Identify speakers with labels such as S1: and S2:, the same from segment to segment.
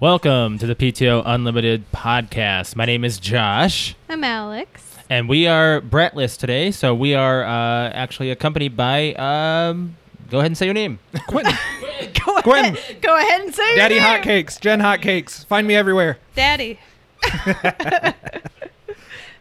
S1: Welcome to the PTO Unlimited podcast. My name is Josh.
S2: I'm Alex.
S1: And we are Brattless today, so we are uh, actually accompanied by. Um, go ahead and say your name.
S3: Quentin,
S2: Go
S3: Gwen.
S2: ahead, go ahead and say your
S3: Daddy
S2: name.
S3: Hotcakes, Jen Hotcakes, find me everywhere.
S2: Daddy.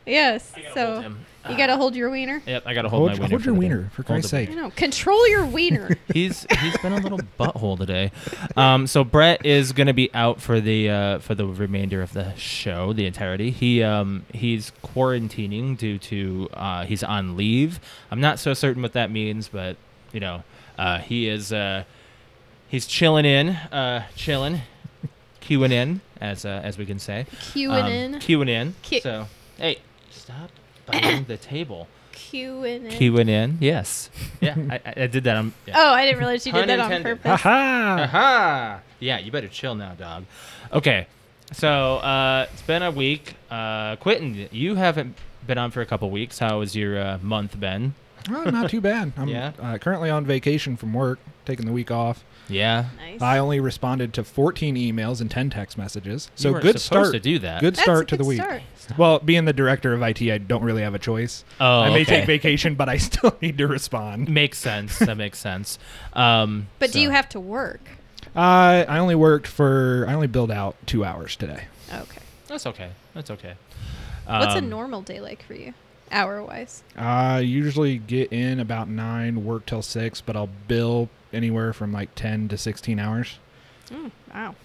S2: yes. So you got to hold your wiener.
S1: Ah, Yep, I gotta hold, my wiener. for the day. Hold the
S2: I know. Control your wiener.
S1: He's he's been a little butthole today. Um, so Brett is gonna be out for the uh, for the remainder of the show, the entirety. He um he's quarantining due to uh, he's on leave. I'm not so certain what that means, but you know, uh, he is uh, he's chilling in, uh, chilling, queuing in as uh, as we can say,
S2: Cueing
S1: Um,
S2: in.
S1: queuing in.
S2: Cu-
S1: so hey, stop biting the table.
S2: Cueing in.
S1: Queuing in, yes, yeah. I- I, I did that. on yeah.
S2: Oh, I didn't realize you did that on
S1: Unintended.
S2: purpose.
S3: ha!
S1: Aha! Yeah, you better chill now, dog. Okay, so uh, it's been a week. Uh, Quentin, you haven't been on for a couple weeks. How has your uh, month been?
S3: Oh, not too bad. I'm
S1: Yeah.
S3: uh, currently on vacation from work, taking the week off.
S1: Yeah,
S2: Nice.
S3: I only responded to 14 emails and 10 text messages.
S1: You
S3: So
S1: weren't
S3: good
S1: supposed
S3: start.
S1: to do that.
S3: Good
S2: That's
S3: start
S2: a
S3: to the
S2: good
S3: week.
S2: start.
S3: Well, being the director of IT, I don't really have a choice.
S1: Oh,
S3: I may
S1: okay.
S3: take vacation, but I still need to respond.
S1: makes sense. that makes sense. Um,
S2: But
S1: so-
S2: do you have to work?
S3: Uh, I only worked for I only billed out two hours today.
S2: Okay.
S1: That's okay. That's okay.
S2: What's a
S1: Um,
S2: normal day like for you, hour wise?
S3: I usually get in about nine, work till six, but I'll bill anywhere from like 10 to 16 hours.
S2: Wow.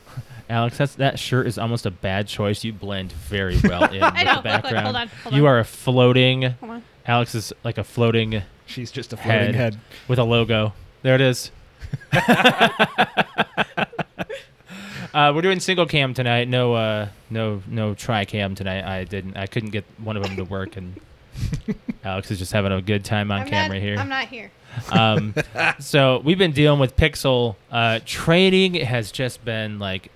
S1: Alex, that's, that shirt is almost a bad choice. You blend very well in with
S2: I know.
S1: the
S2: Hold on,
S1: background.
S2: hold on, hold
S1: you
S2: on.
S1: are a floating.
S2: Come on.
S1: Alex is like a floating
S3: She's just a
S1: head,
S3: floating head.
S1: with a logo. There it is. uh, we're doing single cam tonight. No, uh, no, no tri cam tonight. I didn't. I couldn't get one of them to work, and Alex is just having a good time on
S2: I'm
S1: camera
S2: not,
S1: here.
S2: I'm not here.
S1: Um, so we've been dealing with Pixel. Uh, trading has just been like.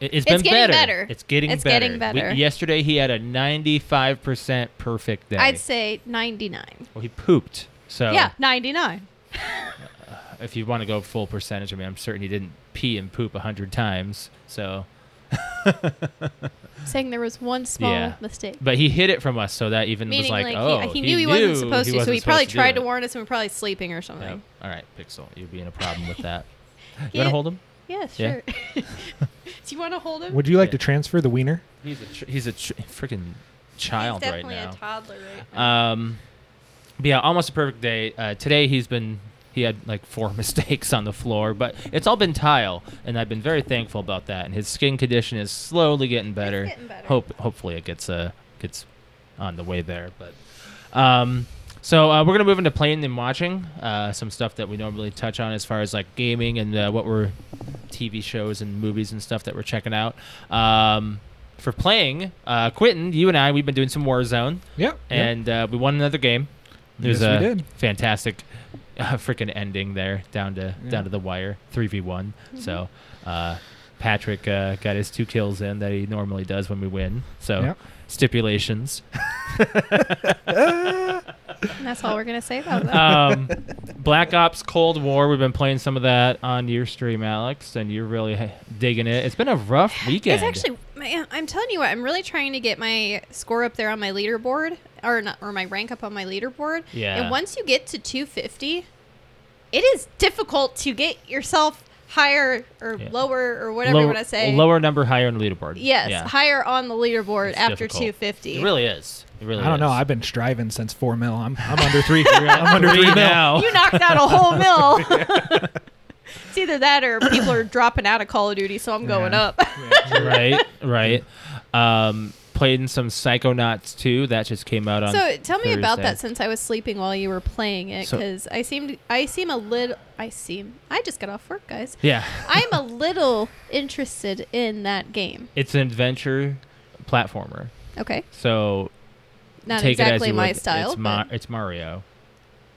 S1: it- It's been
S2: It's getting
S1: better.
S2: better.
S1: It's getting
S2: It's
S1: better.
S2: getting better.
S1: We, yesterday he had a 95% perfect day.
S2: I'd say 99.
S1: well, he pooped. So
S2: Yeah, 99.
S1: if you want to go full percentage, I mean, I'm certain he didn't pee and poop a hundred times. So,
S2: Saying there was one small
S1: Yeah.
S2: mistake.
S1: but he hid it from us, so that even
S2: Meaning,
S1: was like,
S2: like,
S1: oh,
S2: he, he knew he, wasn't supposed to, so he
S1: wasn't
S2: probably
S1: supposed
S2: tried
S1: do
S2: to
S1: it.
S2: warn us and we're probably sleeping or something.
S1: Yep. All right, Pixel, you're being a problem with that. you
S2: He-
S1: want to hold him?
S2: Yeah,
S1: Yeah.
S2: sure. Do you want to hold him?
S3: Would you like
S1: Yeah.
S3: to transfer the wiener?
S1: He's a tr- he's a tr- freaking
S2: He's
S1: child right
S2: definitely
S1: now.
S2: a toddler right now.
S1: Um, but yeah, almost a perfect day. Uh, today he's been he had like four mistakes on the floor, but it's all been tile, and I've been very thankful about that. And his skin condition is slowly getting better.
S2: getting better.
S1: Hope hopefully it gets uh gets on the way there, but. Um, so uh, we're gonna move into playing and watching uh, some stuff that we normally touch on as far as like gaming and uh, what we're TV shows and movies and stuff that we're checking out. Um, for playing, uh, Quentin, you and I, we've been doing some Warzone
S3: Yep.
S1: and uh, we won another game. It was
S3: Yes, we
S1: a
S3: did.
S1: fantastic, uh, freaking ending there, down to
S3: Yeah. Mm-hmm.
S1: down to the wire, three v one. So, uh, Patrick uh, got his two kills in that he normally does when we win. So,
S3: Yep.
S1: stipulations.
S2: And that's all we're going to say about that.
S1: Um, Black Ops Cold War. We've been playing some of that on your stream, Alex, and you're really h- digging it. It's been a rough weekend.
S2: It's actually, man, I'm telling you what, I'm really trying to get my score up there on my leaderboard, or not, or my rank up on my leaderboard.
S1: Yeah.
S2: And once you get to 250, it is difficult to get yourself higher or
S1: Yeah.
S2: lower or whatever
S1: lower,
S2: you want to say.
S1: lower number, higher in the leaderboard.
S2: Yes,
S1: Yeah.
S2: higher on the leaderboard
S1: It's
S2: after
S1: difficult.
S2: 250.
S1: It really is. It really.
S3: I don't know.
S1: is.
S3: I've been striving since four mil. I'm I'm under three. I'm under
S1: Three
S3: three mil.
S1: now.
S2: You knocked out a whole mill. it's either that or people are dropping out of Call of Duty, so I'm going
S3: Yeah.
S2: up.
S1: right, right. Um, played in some Psychonauts too. That just came out on.
S2: So tell me about
S1: Thursday.
S2: that since I was sleeping while you were playing it
S1: So-
S2: because I seemed I seem a little I seem I just got off work guys
S1: yeah,
S2: I'm a little interested in that game.
S1: it's an adventure platformer.
S2: Okay,
S1: So
S2: not
S1: take it as
S2: exactly
S1: you
S2: my
S1: would.
S2: style,
S1: It's, Ma-
S2: but,
S1: it's Mario,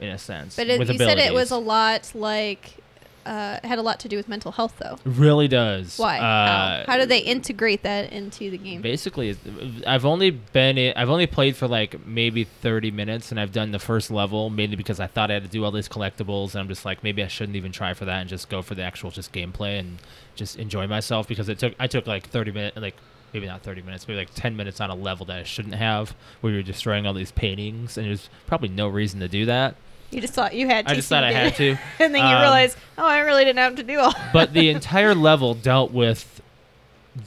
S1: in a sense.
S2: but it,
S1: with
S2: you said it was a
S1: abilities.
S2: lot like uh, had a lot to do with mental health though.
S1: really does.
S2: Why?
S1: Uh,
S2: How? How do they integrate that into the game?
S1: Basically, it's- I've only been i- I've only played for like maybe 30 minutes, and I've done the first level mainly because I thought I had to do all these collectibles, and I'm just like maybe I shouldn't even try for that and just go for the actual just gameplay and just enjoy myself because it took I took like 30 minutes like. Maybe not 30 minutes, maybe like 10 minutes on a level that I shouldn't have, where you're destroying all these paintings, and there's probably no reason to do that.
S2: You just thought you had to.
S1: I just
S2: so you
S1: thought I
S2: did
S1: had
S2: it.
S1: to.
S2: and then you
S1: Um,
S2: realize, oh, I really didn't have to do all.
S1: but the entire level dealt with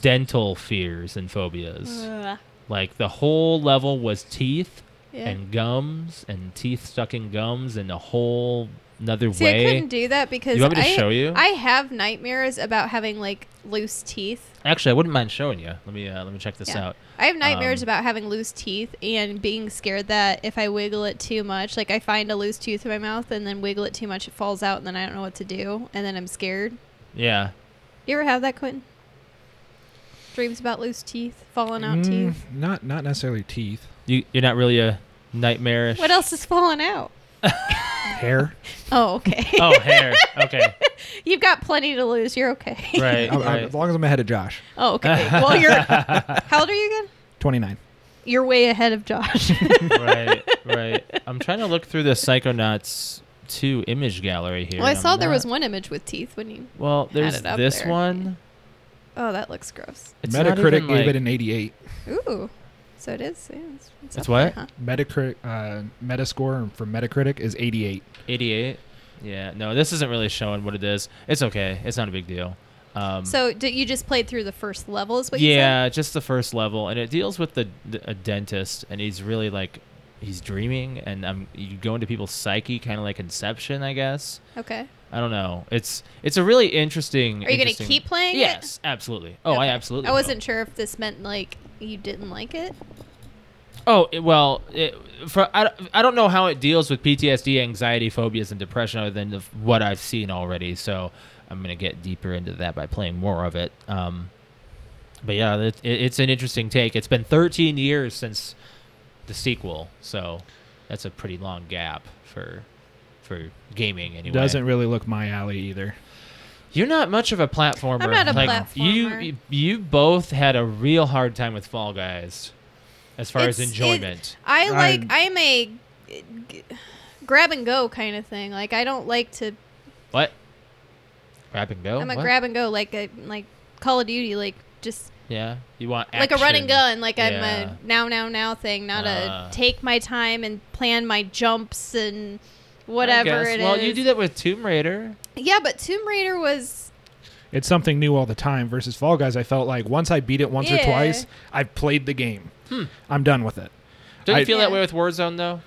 S1: dental fears and phobias.
S2: Ugh.
S1: Like the whole level was teeth
S2: yeah.
S1: and gums and teeth stuck in gums and a whole another
S2: See, I
S1: way.
S2: couldn't do that because
S1: you want me to
S2: I,
S1: show you?
S2: I have nightmares about having like loose teeth.
S1: Actually, I wouldn't mind showing you. Let me uh, let me check this
S2: Yeah.
S1: out.
S2: I have nightmares
S1: Um,
S2: about having loose teeth and being scared that if I wiggle it too much, like I find a loose tooth in my mouth and then wiggle it too much, it falls out, and then I don't know what to do, and then I'm scared.
S1: Yeah.
S2: You ever have that, Quentin? Dreams about loose teeth, falling out
S3: Mm,
S2: teeth.
S3: Not not necessarily teeth.
S1: You you're not really a nightmarish.
S2: What else is falling out?
S3: Hair.
S2: Oh, okay.
S1: Oh, hair. Okay.
S2: You've got plenty to lose. You're okay.
S1: Right.
S3: I- I-
S1: right.
S3: as long as I'm ahead of Josh.
S2: Oh, okay. Well, you're. How old are you again?
S3: Twenty nine.
S2: You're way ahead of Josh.
S1: right. Right. I'm trying to look through the Psychonauts 2 image gallery here.
S2: well, I
S1: and I'm
S2: saw there
S1: not-
S2: was one image with teeth when you.
S1: Well, there's
S2: it up
S1: this
S2: there.
S1: one.
S2: Oh, that looks gross.
S1: It's not
S3: Metacritic
S1: even,
S3: gave
S1: like-
S3: it an eighty eight.
S2: Ooh. So it is. Yeah, it's,
S1: It's
S2: up there,
S1: what?
S2: huh?
S3: Metacritic uh, Metascore for Metacritic is eighty eight.
S1: 88 yeah no this isn't really showing what it is it's okay it's not a big deal um
S2: So d you just played through the first level, is what you said?
S1: yeah just the first level and it deals with the, the a dentist and he's really like he's dreaming and um you go into people's psyche kind of like inception i guess
S2: Okay.
S1: i don't know it's it's a really interesting
S2: Are you going to
S1: interesting-
S2: keep playing it?
S1: yes absolutely oh i
S2: Okay.
S1: absolutely
S2: I
S1: will.
S2: wasn't sure if this meant like you didn't like it.
S1: Oh it- well, it, for I, don't- I don't know how it deals with PTSD, anxiety, phobias, and depression other than of what I've seen already. So I'm gonna get deeper into that by playing more of it. Um, but yeah, it, it, it's an interesting take. It's been 13 years since the sequel, so that's a pretty long gap for for gaming anyway.
S3: Doesn't really look my alley either.
S1: You're not much of a platformer.
S2: I'm not a
S1: like,
S2: platformer.
S1: You you both had a real hard time with Fall Guys, as far as
S2: It's- it-
S1: enjoyment.
S2: I
S3: I-
S2: like, I'm a g- g- grab and go kind of thing. Like, I don't like to,
S1: What? Grab and go.
S2: I'm a
S1: Oh, What?
S2: grab and go, like, a, like Call of Duty, like, just
S1: Yeah, you want
S2: like a run and
S1: action.
S2: gun like
S1: Yeah.
S2: i'm a now now now thing not
S1: Ah.
S2: a take my time and plan my jumps and whatever
S1: I guess.
S2: it is
S1: well, you do that with Tomb Raider.
S2: yeah but tomb raider was
S3: It's something new all the time. Versus Fall Guys, I felt like once I beat it once
S2: Yeah.
S3: or twice, I've played the game.
S1: Hmm.
S3: I'm done with it.
S1: Don't you
S3: I-
S1: feel that
S2: Yeah.
S1: way with Warzone though?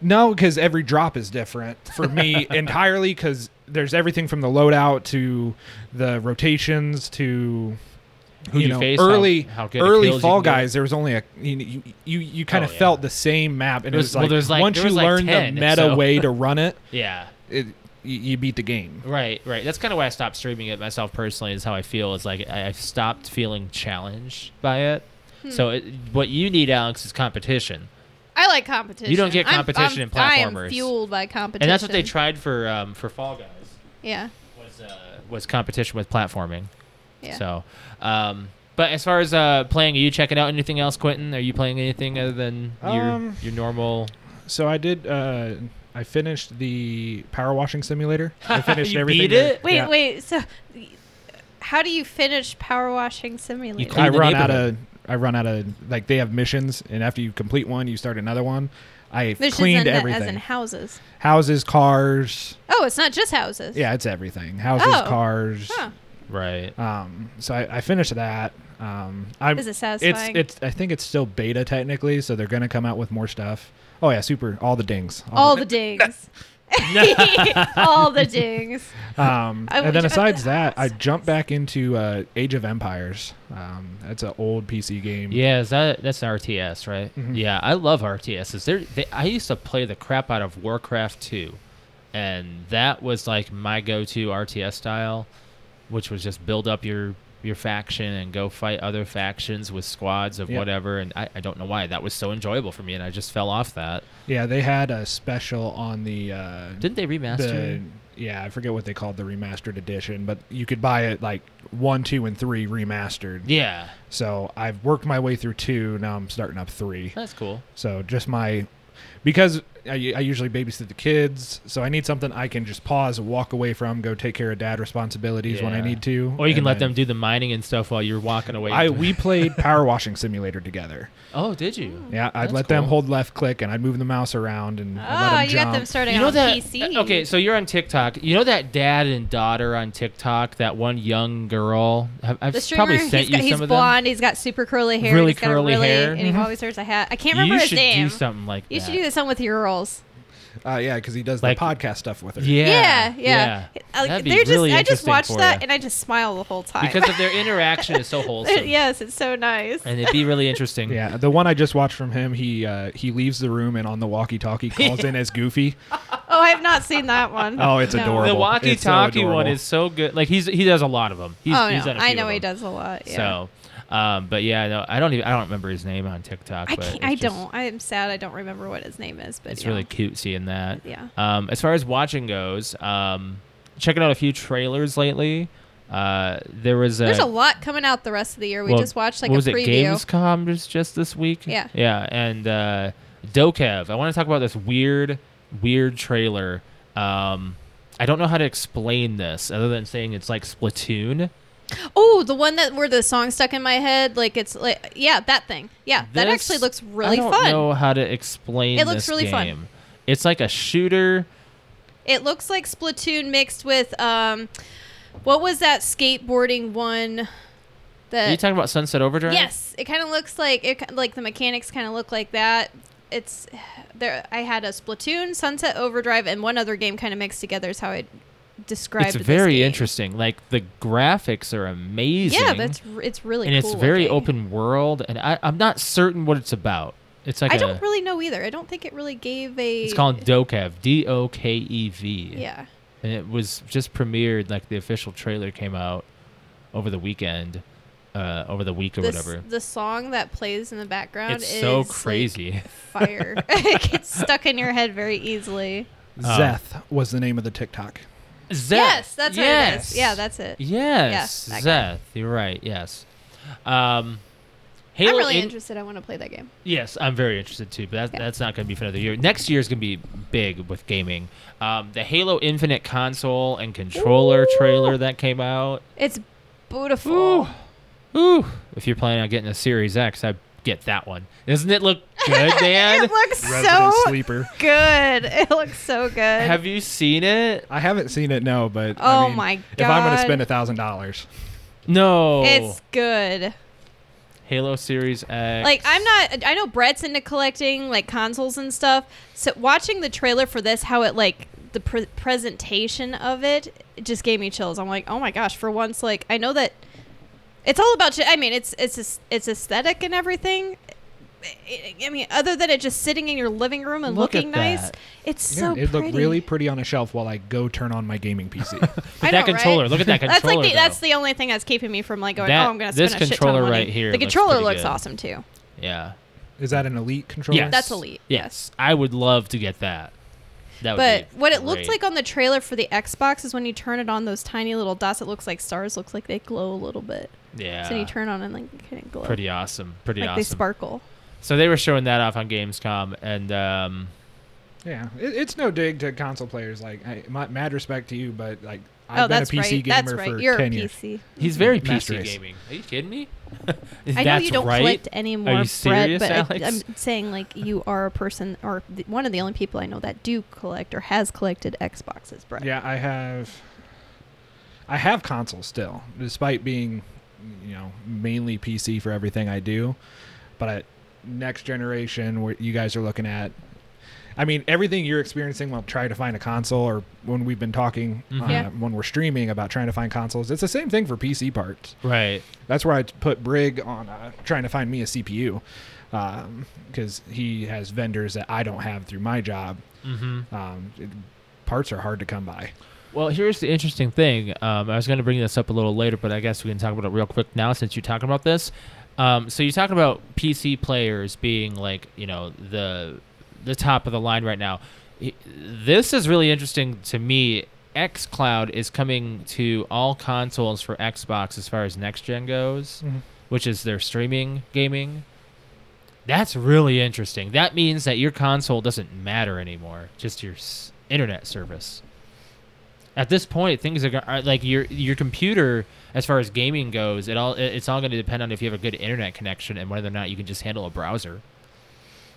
S3: No, because every drop is different for me entirely. Because there's everything from the loadout to the rotations to
S1: Who you
S3: know,
S1: face, how-
S3: early
S1: how good it
S3: early
S1: feels
S3: Fall
S1: you can get.
S3: Guys. There was only a you you, you kind
S1: Oh,
S3: of
S1: yeah.
S3: felt the same map, and
S1: There
S3: it
S1: was-
S3: was
S1: well,
S3: like
S1: there's like-
S3: once
S1: there
S3: you
S1: was like
S3: learn
S1: 10,
S3: the meta
S1: so-
S3: way to run it,
S1: Yeah.
S3: it you, you beat the game.
S1: Right, right. That's kind of why I stopped streaming it myself personally. Is how I feel. Is like I, I've stopped feeling challenged by it.
S2: Hmm.
S1: So it, what you need, Alex, is competition,
S2: i like competition
S1: You don't get
S2: I'm-
S1: competition
S2: I'm,
S1: in
S2: i
S1: platformers.
S2: am fueled by competition
S1: and that's what they tried for um, for Fall Guys
S2: yeah
S1: was uh, was competition with platforming.
S2: yeah
S1: So, um, but as far as uh, playing, are you checking out anything else, Quentin? Are you playing anything other than
S3: Um,
S1: your your normal?
S3: So I did. Uh, I finished the power washing simulator. I finished
S1: You
S3: everything.
S1: beat
S3: there.
S1: it?
S2: wait
S3: Yeah.
S2: wait so how do you finish power washing simulator
S1: You clean
S3: I
S1: the
S3: run out of.
S1: neighborhood.
S3: I run out of like they have missions, and after you complete one, you start another one. I
S2: Missions
S3: cleaned
S2: in the- as in
S3: everything:
S2: houses
S3: houses, cars.
S2: oh it's not just houses
S3: Yeah, it's everything: houses,
S2: Oh.
S3: cars.
S2: huh.
S1: Right.
S3: Um, so I, I finished that. Um, I'm,
S2: is it
S3: it's
S2: satisfying
S3: it's. I think it's still beta technically, so they're gonna come out with more stuff. Oh yeah, super! All the dings.
S2: all the dings all the dings.
S3: Um,
S2: I
S3: and then
S2: would-
S3: besides that, I jumped back into uh, Age of Empires. Um, that's an old PC game.
S1: Yeah, is that that's an RTS, right?
S3: Mm-hmm.
S1: Yeah, I love RTSs. They're, they I used to play the crap out of Warcraft 2, and that was like my go-to RTS style, which was just build up your your faction and go fight other factions with squads of
S3: Yeah.
S1: whatever. And I, I don't know why that was so enjoyable for me, and I just fell off that.
S3: Yeah, they had a special on the uh,
S1: Didn't they remaster?
S3: the yeah, I forget what they called the remastered edition, but you could buy it like one, two, and three remastered.
S1: yeah,
S3: So I've worked my way through two. Now I'm starting up three.
S1: that's cool.
S3: So just my because I, I usually babysit the kids, so I need something I can just pause, walk away from, go take care of dad responsibilities when I
S1: Yeah.
S3: need to.
S1: Or you can
S3: and
S1: let
S3: then-
S1: them do the mining and stuff while you're walking away.
S3: I we played Power Washing Simulator together.
S1: oh, did you?
S3: Yeah, I'd
S1: That's
S3: let them
S1: cool. Ah,
S3: hold left click, and I'd move the mouse around, and I'd
S2: Oh,
S3: let
S2: you
S3: them jump.
S2: got them starting
S1: You know
S2: on
S1: that? uh,
S2: PC.
S1: Okay, so you're on TikTok. You know that dad and daughter on TikTok. That one young girl. Have- I've
S2: the
S1: s-
S2: streamer,
S1: probably sent
S2: he's,
S1: you
S2: got, he's
S1: some of them.
S2: blonde. He's got super curly hair.
S1: Really
S2: he's got a
S1: curly
S2: really,
S1: hair. Mm-hmm.
S2: and he always wears a hat. I can't remember
S1: You
S2: his
S1: should
S2: name.
S1: do something like
S2: you
S1: that.
S2: should do something with your girls.
S3: Uh, yeah, because he does
S1: Like-
S3: the podcast stuff with her.
S1: Yeah,
S2: Yeah, yeah. Like,
S1: That'd be
S2: they're just,
S1: really
S2: I just
S1: interesting
S2: watched
S1: for
S2: that
S1: ya.
S2: and I just smile the whole time.
S1: because of their interaction is so wholesome.
S2: yes, it's so nice.
S1: and it'd be really interesting.
S3: Yeah, the one I just watched from him, he uh, he leaves the room and on the walkie-talkie calls in as Goofy.
S2: Oh, I have not seen that one.
S3: Oh, it's
S2: No.
S3: adorable.
S1: The walkie-talkie
S3: It's so
S1: one
S3: adorable.
S1: is so good. Like he's he does a lot of them. He's,
S2: oh
S1: he's
S2: no,
S1: done a
S2: I
S1: few
S2: know
S1: of
S2: he
S1: them.
S2: does a lot. Yeah.
S1: So, um, but yeah, no, I don't even I don't remember his name on TikTok.
S2: I
S1: but
S2: can't,
S1: it's
S2: I
S1: just-
S2: don't. I'm sad. I don't remember what his name is, but
S1: It's
S2: yeah.
S1: really cute seeing that.
S2: Yeah.
S1: Um, as far as watching goes, um, checking out a few trailers lately. Uh, there was a
S2: There's a lot coming out the rest of the year. We
S1: well,
S2: just watched like
S1: what was
S2: a
S1: it
S2: preview.
S1: Gamescom just just this week?
S2: Yeah.
S1: yeah, and uh, Dokev. I want to talk about this weird, weird trailer. Um, I don't know how to explain this other than saying it's like Splatoon.
S2: Oh, the one that where the song stuck in my head. Like it's like yeah, that thing. Yeah, that
S1: This-
S2: actually looks really
S1: I don't
S2: fun.
S1: know how to explain.
S2: It looks
S1: this
S2: really fun.
S1: game. It's like a shooter.
S2: It looks like Splatoon mixed with um, what was that skateboarding one?
S1: Are you
S2: That
S1: talking about Sunset Overdrive?
S2: yes, it kind of looks like it. ki- Like the mechanics kind of look like that. It's there. I had a Splatoon, Sunset Overdrive, and one other game kind of mixed together. Is how I described.
S1: It's
S2: this
S1: very
S2: game.
S1: interesting. Like the graphics are amazing.
S2: Yeah, that's r- it's really
S1: and
S2: cool
S1: it's very
S2: looking.
S1: open world, and I, I'm not certain what it's about. It's like
S2: I
S1: a.
S2: don't really know either. I don't think it really gave a.
S1: It's called Dokev, D O K E V.
S2: Yeah.
S1: And it was just premiered, like the official trailer came out over the weekend, uh, over the week or
S2: This-
S1: whatever.
S2: The song that plays in the background
S1: It's
S2: is
S1: so
S2: like,
S1: crazy.
S2: fire. it gets stuck in your head very easily.
S1: Oh.
S3: Zeth was the name of the TikTok.
S1: Zeth.
S2: Yes, that's what it
S1: yes.
S2: is. Yeah, that's it.
S1: Yes,
S2: Yeah, that
S1: Zeth. You're right. Yes. Um, Halo
S2: I'm really
S1: in-
S2: interested. I want to play that game.
S1: Yes, I'm very interested too, but that's,
S2: Yeah.
S1: that's not going to be for another year. Next year is going to be big with gaming. Um, the Halo Infinite console and controller
S2: Ooh.
S1: trailer that came out.
S2: It's beautiful.
S1: Ooh, if you're planning on getting a Series X, I get that one. Doesn't it look good, Dan?
S2: It looks so
S3: Resident Sleeper.
S2: good. It looks so good.
S1: Have you seen it?
S3: I haven't seen it, no, but I
S2: Oh
S3: mean,
S2: my
S3: if I'm gonna
S2: God.
S3: spend a thousand dollars,
S1: No.
S2: it's good.
S1: Halo Series X.
S2: Like I'm not. I know Brett's into collecting like consoles and stuff. So watching the trailer for this, how it like the pre- presentation of it, it just gave me chills. I'm like, oh my gosh! For once, like I know that it's all about. I mean, it's it's just- it's aesthetic and everything. I- I mean, other than it just sitting in your living room and
S1: Look at
S2: looking nice,
S1: that.
S2: it's so
S3: it
S2: pretty.
S3: looked really pretty on a shelf while I go turn on my gaming PC.
S1: But
S2: I
S1: that
S2: know, right?
S1: controller. Look at that controller.
S2: That's like the,
S1: though.
S2: that's the only thing that's keeping me from like going.
S1: That-
S2: oh, I'm gonna spend
S1: this
S2: a shit ton
S1: controller
S2: of money.
S1: right here
S2: The
S1: looks
S2: controller
S1: pretty
S2: looks
S1: good.
S2: awesome too.
S1: yeah.
S3: Is that an elite controller?
S1: Yes.
S2: That's elite.
S1: Yes, I would love to get that. That would
S2: But
S1: be
S2: what it looked
S1: great.
S2: like on the trailer for the Xbox is when you turn it on, those tiny little dots. It looks like stars. Looks like they glow a little bit.
S1: Yeah.
S2: So you turn on and like it kind of glow.
S1: pretty awesome. Pretty
S2: like
S1: awesome.
S2: they sparkle.
S1: So they were showing that off on Gamescom, and um,
S3: Yeah, it, it's no dig to console players. Like, I, my, mad respect to you, but like,
S2: oh,
S3: I've been a
S2: that's
S3: PC
S2: right.
S3: gamer
S2: That's right.
S3: for
S2: You're a
S3: ten years.
S2: PC.
S1: he's very
S3: Master
S1: PC
S3: Race.
S1: gaming. Are you kidding me?
S2: I know
S1: That's
S2: you don't
S1: right.
S2: collect anymore,
S1: you
S2: Brett,
S1: serious,
S2: but
S1: Alex?
S2: I, am saying like you are a person or the, one of the only people I know that do collect or has collected Xboxes, Brett.
S3: Yeah, I have. I have consoles still, despite being, you know, mainly PC for everything I do. But I, next generation, what you guys are looking at, I mean, everything you're experiencing while trying to find a console, or when we've been talking, uh,
S2: Yeah.
S3: when we're streaming about trying to find consoles, it's the same thing for PC parts.
S1: Right.
S3: That's where I put Brig on uh, trying to find me a CPU, because um, he has vendors that I don't have through my job.
S1: Mm-hmm.
S3: Um, it- parts are hard to come by.
S1: Well, here's the interesting thing. Um, I was going to bring this up a little later, but I guess we can talk about it real quick now since you're talking about this. Um, so you're talking about PC players being like, you know, the the top of the line right now. I- This is really interesting to me. XCloud is coming to all consoles for Xbox as far as next gen goes,
S3: Mhm.
S1: which is their streaming gaming. That's really interesting. That means that your console doesn't matter anymore, just your s- internet service at this point things are, go- are like your your computer as far as gaming goes it all it- it's all going to depend on if you have a good internet connection and whether or not you can just handle a browser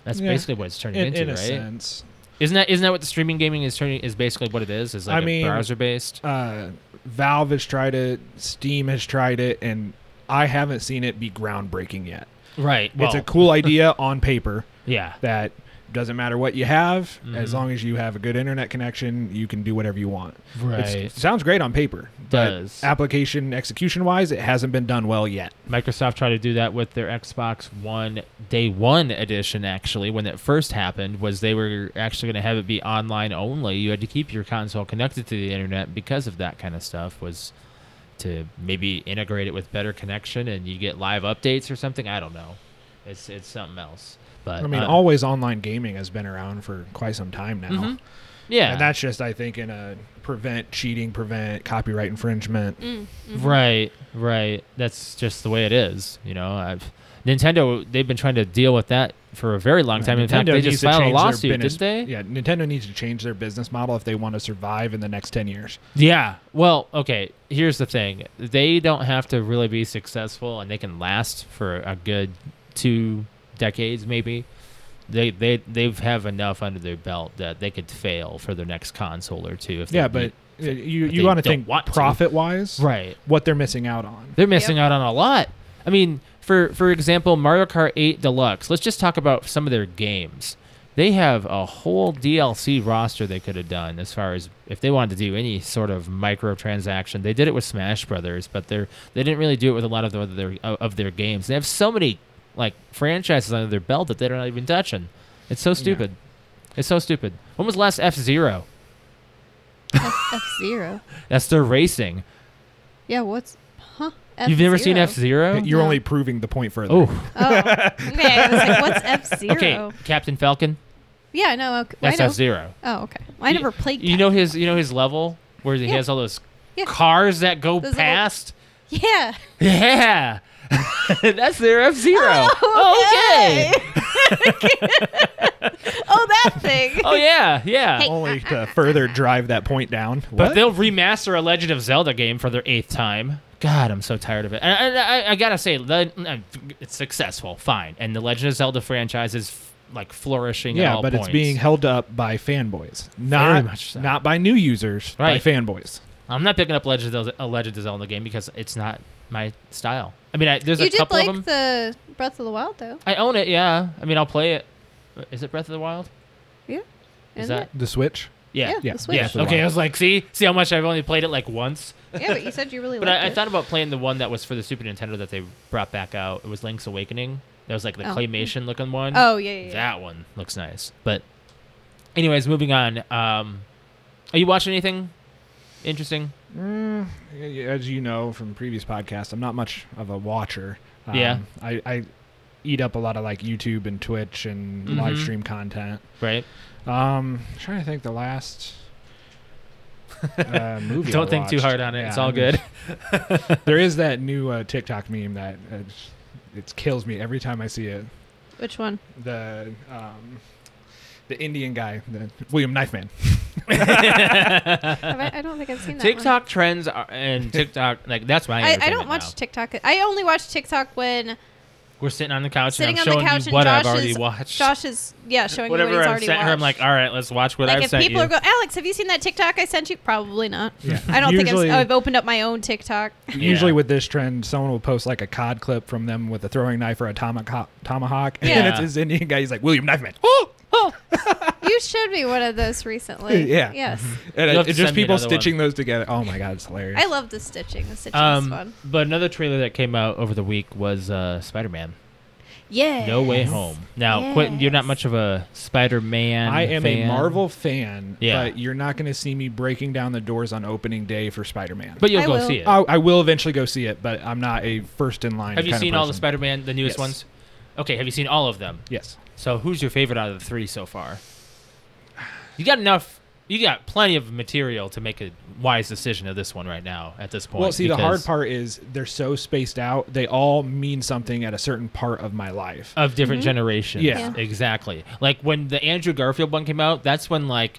S1: that's
S3: Yeah.
S1: basically what it's turning
S3: In,
S1: into
S3: in a
S1: right
S3: sense,
S1: isn't that isn't that what the streaming gaming is turning is basically what it is is
S3: I
S1: like
S3: mean-
S1: browser based
S3: uh, Valve has tried it, Steam has tried it, and I haven't seen it be groundbreaking yet.
S1: right
S3: it's a cool idea on paper
S1: yeah
S3: that doesn't matter what you have
S1: Mhm.
S3: as long as you have a good internet connection you can do whatever you want It's-
S1: right
S3: it sounds great on paper but
S1: Does.
S3: application execution wise it hasn't been done well yet
S1: Microsoft tried to do that with their Xbox One Day One edition. Actually, when it first happened, was they were actually going to have it be online only. You had to keep your console connected to the internet because of that kind of stuff. Was to maybe integrate it with better connection and you get live updates or something. I don't know. It's it's something else. But
S3: i mean
S1: uh,
S3: always online gaming has been around for quite some time now
S1: Mhm. yeah,
S3: and that's just i think in a prevent cheating prevent copyright infringement
S2: Mm, mhm.
S1: Mm-hmm. Right, right. That's just the way it is. You know, I've, Nintendo. They've been trying to deal with that for a very long time. In fact,
S3: Nintendo
S1: they
S3: needs
S1: just
S3: to
S1: filed a
S3: change their
S1: lawsuit,
S3: business-
S1: didn't they?
S3: yeah nintendo needs to change their business model if they want to survive in the next 10 years
S1: Yeah. Well, okay. Here's the thing: they don't have to really be successful, and they can last for a good two decades, maybe. They they they've have enough under their belt that they could fail for their next console or two. If they
S3: yeah
S1: need-
S3: but uh, you
S1: But they
S3: you want to
S1: don't
S3: think
S1: want to.
S3: profit wise
S1: right,
S3: what they're missing out on
S1: they're missing out on a lot. I mean, for for example, Mario Kart 8 Deluxe. Let's just talk about some of their games. They have a whole DLC roster they could have done as far as if they wanted to do any sort of microtransaction. They did it with Smash Brothers, but they're they didn't really do it with a lot of the- of their of their games. They have so many like franchises under their belt that they're not even touching. It's so stupid. It's so stupid. When was the last F Zero?
S2: F Zero.
S1: That's their racing.
S2: Yeah, what's huh?
S1: You've never seen F
S2: F-Zero.
S1: Zero?
S3: You're
S2: No.
S3: only proving the point further.
S1: Oh,
S2: Oh, okay. I was like, what's F Zero?
S1: okay. Captain Falcon.
S2: Yeah, no, okay. I
S1: That's
S2: know.
S1: F Zero.
S2: Oh, okay. Well, I
S1: You-
S2: never played.
S1: You know his you know his level where he
S2: Yeah.
S1: has all those
S2: Yeah.
S1: cars that go
S2: Those little-
S1: past?
S2: Yeah.
S1: Yeah. That's their F Zero. okay.
S2: oh, that thing.
S1: Oh yeah, yeah.
S2: Hey.
S3: Only to further drive that point down.
S1: But
S3: What?
S1: they'll remaster a Legend of Zelda game for their eighth time. God, I'm so tired of it. And I, I, I gotta say, Le- uh, it's successful, fine. And the Legend of Zelda franchise is f- like flourishing. at
S3: yeah,
S1: all
S3: but
S1: points.
S3: it's being held up by fanboys, not
S1: much so.
S3: not by new users,
S1: Right.
S3: by fanboys.
S1: I'm not picking up Legend of Zelda, a Legend of Zelda game because it's not my style. I mean, I, there's
S2: you
S1: a
S2: did
S1: couple of them.
S2: like the Breath of the Wild though,
S1: I own it. Yeah. I mean, I'll play it. Is it Breath of the Wild? Is
S2: isn't
S1: that-
S2: it?
S3: The Switch.
S1: Yeah.
S2: Yeah,
S1: Yeah.
S3: Yeah,
S2: the Switch.
S3: yeah.
S1: Okay. I was like, see, see how much I've only played it like once.
S2: Yeah, but you said you really
S1: But
S2: liked
S1: I, I
S2: it.
S1: thought about playing the one that was for the Super Nintendo that they brought back out. It was Link's Awakening. That was like the
S2: Oh.
S1: claymation looking one.
S2: Oh yeah, yeah. yeah.
S1: That one looks nice. But, anyways, moving on. Um, are you watching anything interesting?
S3: Mm, as you know from previous podcasts, I'm not much of a watcher. Um,
S1: Yeah.
S3: I, I eat up a lot of like YouTube and Twitch and
S1: Mhm.
S3: live stream content.
S1: Right.
S3: Um, I'm trying to think the last uh, movie. I
S1: Don't think too
S3: watched.
S1: hard on it.
S3: Yeah,
S1: it's all
S3: I'm-
S1: good.
S3: There is that new uh, TikTok meme that uh, it kills me every time I see it.
S2: Which one?
S3: the um, the Indian guy, the William Knife Man.
S2: Have I, I don't think I've seen that. one.
S1: TikTok trends are, and TikTok like that's my.
S2: I, I
S1: entertainment
S2: don't watch
S1: now.
S2: TikTok. I only watch TikTok when
S1: We're sitting on the couch
S2: Sitting
S1: and
S2: on
S1: I'm
S2: the
S1: showing
S2: couch
S1: you
S2: and
S1: what I've
S2: Josh
S1: already
S2: is-
S1: watched.
S2: Josh is yeah showing
S1: Whatever
S2: you what he's
S1: I've
S2: already
S1: sent her, I'm
S2: watched.
S1: like, all right, let's watch what
S2: like
S1: I've
S2: if
S1: sent
S2: people
S1: you.
S2: are going, Alex, have you seen that TikTok I sent you? Probably not.
S3: Yeah.
S2: I don't
S3: Usually-
S2: think I've, oh, I've opened up my own TikTok.
S3: Usually
S1: Yeah.
S3: with this trend, someone will post like a cod clip from them with a throwing knife or a tomahawk, tomahawk and
S1: Yeah.
S3: it's this Indian guy. He's like William Knife Man.
S2: Usually you showed me one of those recently.
S3: Yeah.
S2: Yes.
S1: You'll
S3: And
S1: have
S3: it,
S1: to
S3: it's just
S1: send me
S3: people
S1: another one.
S3: stitching those together. Oh my god, it's hilarious.
S2: I love the stitching. The stitching is
S1: Um,
S2: fun.
S1: but another trailer that came out over the week was uh, Spider-Man:
S2: Yeah.
S1: No Way Home. Now, Quentin, you're not
S2: Yes.
S1: much of a Spider-Man.
S3: I am a
S1: fan,
S3: Marvel fan,
S1: Yeah.
S3: but you're not going to see me breaking down the doors on opening day for Spider-Man.
S1: but you'll
S2: I
S1: go
S2: will.
S1: see it.
S3: I, I will eventually go see it, but I'm not a first in line.
S1: have you
S3: kind of
S1: seen all the
S3: person.
S1: Spider-Man, the newest
S3: Yes.
S1: ones? Okay, have you seen all of them?
S3: Yes.
S1: So, who's your favorite out of the three so far? You got enough. You got plenty of material to make a wise decision of this one right now. At this point,
S3: Well, see, the hard
S1: because
S3: part is they're so spaced out. They all mean something at a certain part of my life.
S1: of different generations.
S3: Yeah. Yeah.
S1: exactly. Like when the Andrew Garfield one came out, that's when like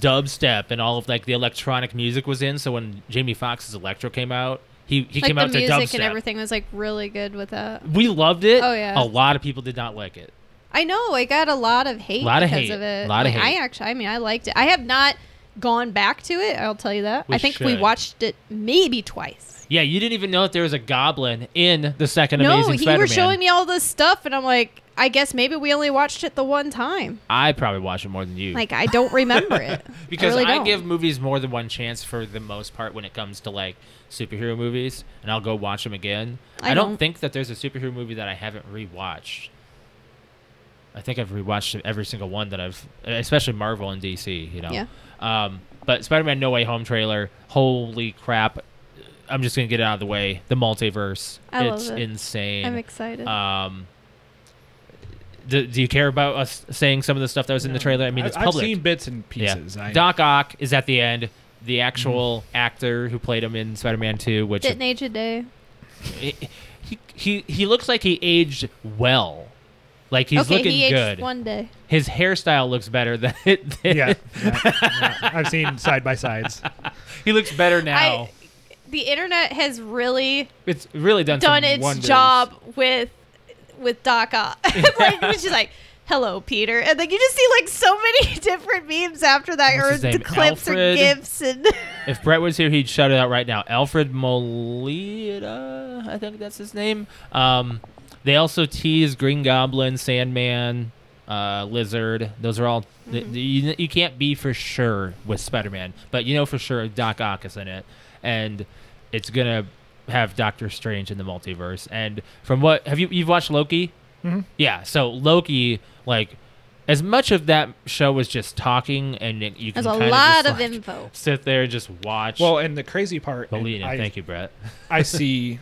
S1: dubstep and all of like the electronic music was in. So when Jamie Foxx's Electro came out, he he
S2: Like
S1: came
S2: the
S1: out to
S2: music
S1: dubstep.
S2: and everything was like really good with that.
S1: We loved it.
S2: Oh, yeah.
S1: a lot of people did not like it.
S2: I know. I got a lot of hate
S1: Lot of
S2: because
S1: hate.
S2: of it.
S1: Lot of
S2: Like,
S1: hate.
S2: I actually, I mean, I liked it. I have not gone back to it. I'll tell you that.
S1: We
S2: I think we
S1: should.
S2: watched it maybe twice.
S1: Yeah, you didn't even know that there was a goblin in the second
S2: no,
S1: Amazing
S2: he
S1: Spider-Man.
S2: was showing me all this stuff, and I'm like, I guess maybe we only watched it the one time.
S1: I probably watched it more than you.
S2: Like I don't remember it
S1: because
S2: I, really
S1: I
S2: don't.
S1: give movies more than one chance for the most part when it comes to like superhero movies, and I'll go watch them again. I,
S2: I
S1: don't,
S2: don't.
S1: think that there's a superhero movie that I haven't rewatched. I think I've rewatched every single one that I've, especially Marvel and DC. You know,
S2: Yeah.
S1: Um, but Spider-Man: No Way Home trailer, holy crap! I'm just gonna get it out of the way. The multiverse,
S2: I love
S1: it's
S2: it.
S1: insane.
S2: I'm excited.
S1: um, do, do you care about us saying some of the stuff that was in the trailer? I mean, it's public.
S3: I've seen bits and pieces. I,
S1: Doc Ock is at the end, the actual actor who played him in Spider-Man 2, which
S2: Didn't age a day.
S1: he, he he looks like he aged well. Like he's
S2: okay,
S1: looking
S2: he aged
S1: good.
S2: one day.
S1: His hairstyle looks better than it did.
S3: yeah, yeah, yeah. I've seen side by sides.
S1: he looks better now.
S2: I, the internet has really
S1: it's really done
S2: done
S1: some
S2: its
S1: wonders.
S2: job with with Doc Ock. like it was just like, "Hello, Peter," and like you just see like so many different memes after that,
S1: What's
S2: or
S1: his
S2: the
S1: name?
S2: clips
S1: Alfred?
S2: or gifs and.
S1: If Brett was here, he'd shout it out right now. Alfred Molina, I think that's his name. Um, they also tease Green Goblin, Sandman, uh, Lizard. Those are all th-
S2: Mm-hmm.
S1: th- you, you can't be for sure with Spider-Man, but you know for sure Doc Ock is in it, and it's gonna have Doctor Strange in the multiverse. And from what have you you've watched Loki?
S2: Mm-hmm.
S1: Yeah, so Loki like. As much of that show was just talking, and it- you can
S2: There's a
S1: kind just,
S2: lot of
S1: like,
S2: info.
S1: sit there and just watch.
S3: Well, and the crazy part, and
S1: Molina,
S3: I,
S1: thank you, Brett.
S3: I see.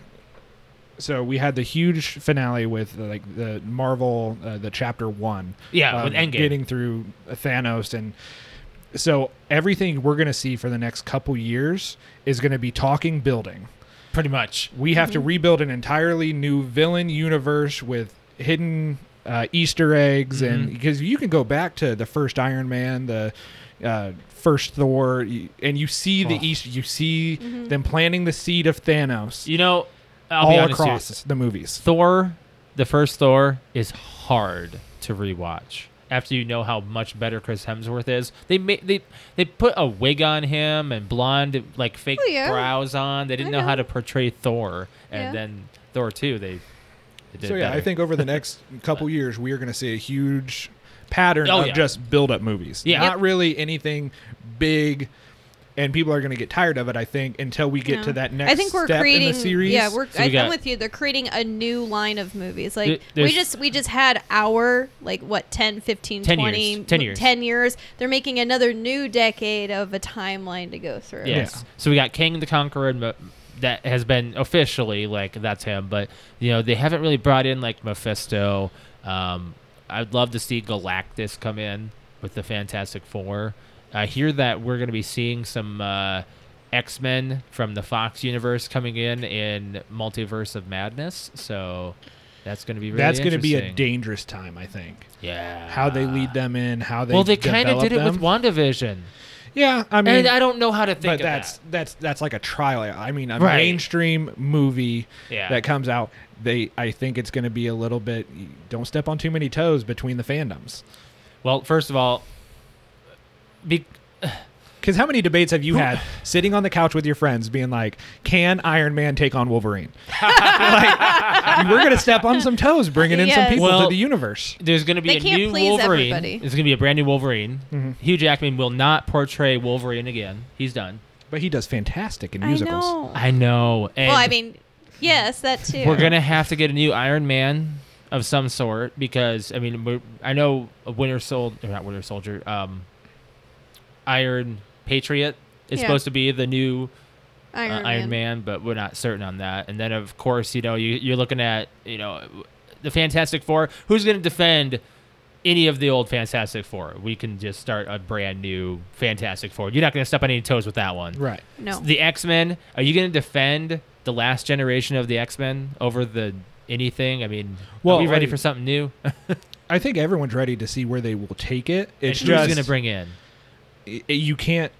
S3: So we had the huge finale with like the Marvel, uh, the chapter one. um,
S1: Yeah, with Endgame.
S3: getting through Thanos, and so everything we're gonna see for the next couple years is gonna be talking building.
S1: Pretty much.
S3: We have to rebuild an entirely new villain universe with hidden uh, Easter eggs,
S1: Mm-hmm.
S3: and because you can go back to the first Iron Man, the uh, first Thor, y- and you see the
S1: Oh.
S3: East, you see them planting the seed of Thanos
S1: You know, I'll be
S3: all
S1: honest here,
S3: across the movies.
S1: Thor, the first Thor, is hard to rewatch after you know how much better Chris Hemsworth is. They ma- they they put a wig on him and blonde like fake
S2: Oh, yeah.
S1: brows on. They didn't know,
S2: know.
S1: how to portray Thor, and
S2: Yeah.
S1: then Thor two they. they did
S3: So yeah, I
S1: better.
S3: think over the next couple years we are going to see a huge pattern
S1: Oh,
S3: of
S1: yeah.
S3: just build-up movies.
S1: Yeah.
S3: not really anything big, and people are going to get tired of it. I think until we get
S2: No.
S3: to that next.
S2: I think we're
S3: step
S2: creating.
S3: in the series.
S2: Yeah, we're.
S1: So we
S2: I,
S1: got-
S2: am with you. They're creating a new line of movies.
S1: There-
S2: Like
S1: there's-
S2: we just we just had our like what 10, 15,
S1: 10 years.
S2: 20,
S1: 10 years.
S2: 10 years. They're making another new decade of a timeline to go through.
S1: Yes.
S3: Yeah.
S1: So we got King the Conqueror and Mo- that has been officially like that's him, but you know they haven't really brought in like Mephisto. Um, I'd love to see Galactus come in with the Fantastic Four. I hear that we're going to be seeing some uh, X Men from the Fox universe coming in in Multiverse of Madness. So that's going to be really
S3: That's going to be a
S1: interesting.
S3: dangerous time. I think
S1: yeah.
S3: how they lead them in, how they
S1: well, they
S3: kind of
S1: did it with WandaVision,
S3: Yeah, I mean,
S1: and I don't know how to think
S3: but
S1: of
S3: that's
S1: that.
S3: that's that's like a trial. I mean, a
S1: Right.
S3: mainstream movie
S1: Yeah.
S3: that comes out. They, I think it's going to be a little bit. Don't step on too many toes between the fandoms.
S1: Well, first of all, be-
S3: Because how many debates have you had sitting on the couch with your friends, being like, "Can Iron Man take on Wolverine?" like, we're gonna step on some toes, bringing in some
S2: Yes.
S3: people to
S1: Well-
S3: the universe.
S1: There's going to be
S2: They
S1: a
S2: can't
S1: new
S2: please
S1: Wolverine.
S2: everybody.
S1: There's going to be a brand new Wolverine. Hugh Jackman will not portray Wolverine again. He's done.
S3: But he does fantastic in
S2: I
S3: musicals.
S2: know.
S1: I know. And
S2: well, I mean, yes, that too.
S1: we're going to have to get a new Iron Man of some sort because I mean, we're, I know a Winter Soldier, not Winter Soldier, um, Iron Patriot is
S2: Yeah.
S1: supposed to be the new
S2: Iron,
S1: uh, Iron Man, but we're not certain on that. And then, of course, you know, you, you're looking at, you know, the Fantastic Four. Who's going to defend any of the old Fantastic Four? We can just start a brand new Fantastic Four. You're not going to step on any toes with that one.
S3: Right.
S2: No.
S1: The X Men. Are you going to defend the last generation of the X Men over the anything? I mean,
S3: Well,
S1: are we ready
S3: I-
S1: for something new?
S3: I think everyone's ready to see where they will take it. It's
S1: and who's
S3: just
S1: going to bring in?
S3: i- you can't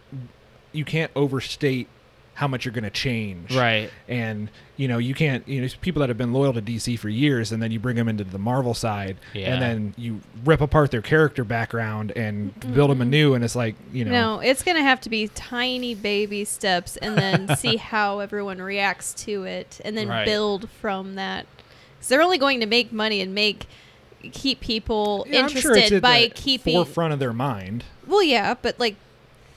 S3: you can't overstate how much you're going to change.
S1: Right.
S3: and you know you can't you know it's people that have been loyal to DC for years and then you bring them into the Marvel side
S1: Yeah.
S3: and then you rip apart their character background and build them anew and it's like you know
S2: Mm-hmm. No, it's going to have to be tiny baby steps and then see how everyone reacts to it and then
S1: Right.
S2: build from that. Because they're only going to make money and make keep people
S3: Yeah, I'm
S2: interested
S3: sure it's at
S2: by
S3: the
S2: keeping
S3: forefront of their mind
S2: Well, yeah, but like,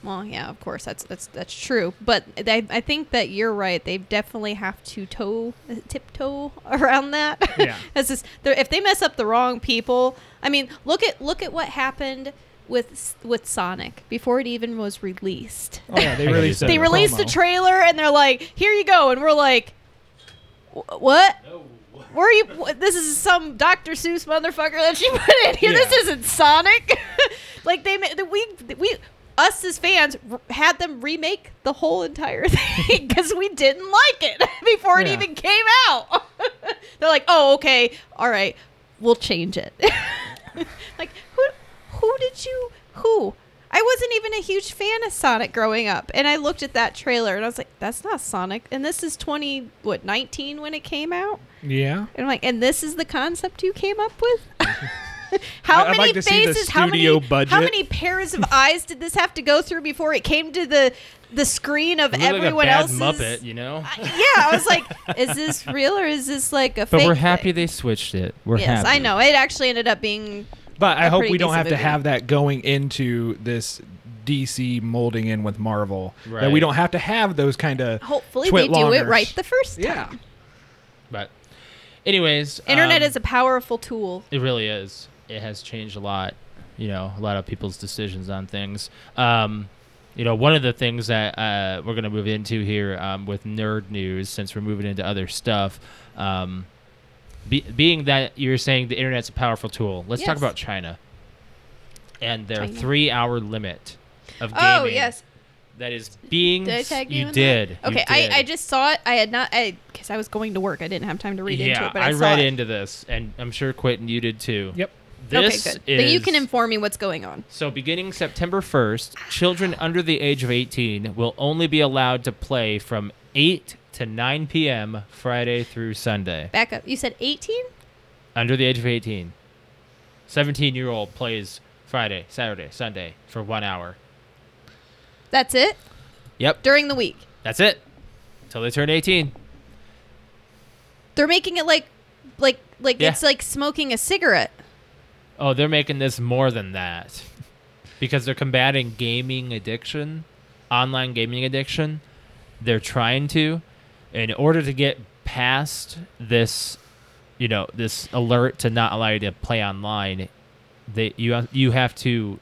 S2: well, yeah, of course, that's that's that's true. But I, I think that you're right. They definitely have to toe uh, tiptoe around that.
S3: Yeah.
S2: That's just they're- if they mess up the wrong people. I mean, look at look at what happened with S- with Sonic before it even was released.
S3: oh yeah they
S1: I
S3: released
S1: get it.
S2: they
S1: the
S2: released the
S3: promo.
S2: trailer and they're like, "Here you go," and we're like, "Wh- "What?" Where are you? wh- This is some Dr. Seuss motherfucker that you put in here. This
S3: Yeah.
S2: isn't Sonic. like they, ma- we, we, us as fans r- had them remake the whole entire thing because we didn't like it before it
S3: Yeah.
S2: even came out. They're like, oh, okay, all right, we'll change it. like who, who did you who? I wasn't even a huge fan of Sonic growing up, and I looked at that trailer and I was like, that's not Sonic. And this is twenty what nineteen when it came out.
S3: yeah
S2: And I'm like, and this is the concept you came up with?
S3: I-
S2: how
S3: I'd
S2: many
S3: like to see the
S2: faces, how many
S3: studio budget.
S2: how many pairs of eyes did this have to go through before it came to the the screen of
S1: We look like
S2: everyone
S1: a bad
S2: else's
S1: Muppet, you know.
S2: I- yeah, I was like, is this real or is this like a
S1: But
S2: fake
S1: we're happy
S2: thing?
S1: they switched it. We're
S2: Yes,
S1: happy.
S2: I know. It actually ended up being
S3: but I
S2: A
S3: hope
S2: pretty
S3: we don't
S2: decent
S3: have to
S2: movie.
S3: have that going into this DC molding in with Marvel that we
S1: Right.
S3: don't have to have those kind of
S2: hopefully they do it right the first time.
S3: yeah
S1: But, anyways,
S2: Internet
S1: um,
S2: is a powerful tool.
S1: It really is. It has changed a lot, you know, a lot of people's decisions on things. Um, you know, one of the things that uh, we're going to move into here um, with nerd news, since we're moving into other stuff, um, be, being that you're saying the internet's a powerful tool, let's talk
S2: Yes.
S1: about China and their
S2: China.
S1: three-hour limit of gaming.
S2: Oh yes,
S1: that is being.
S2: Did I tag you? in that?
S1: did. you
S2: Okay,
S1: did.
S2: I, I just saw it. I had not. I because I was going to work. I didn't have time to read
S1: yeah,
S2: into it. But I, saw
S1: read
S2: it.
S1: into this, and I'm sure Quentin, you did too.
S3: yep
S1: This
S2: okay, good.
S1: is
S2: Then you can inform me what's going on.
S1: So, beginning September 1st, children under the age of 18 will only be allowed to play from 8 to 9 p.m. Friday through Sunday.
S2: Back up. You said 18?
S1: Under the age of 18. 17 year old plays Friday, Saturday, Sunday for one hour.
S2: That's it?
S1: Yep.
S2: During the week.
S1: That's it. Until they turn 18.
S2: They're making it like like like
S1: Yeah.
S2: it's like smoking a cigarette.
S1: Oh, they're making this more than that because they're combating gaming addiction, online gaming addiction. They're trying to, in order to get past this, you know, this alert to not allow you to play online. They you ha- you have to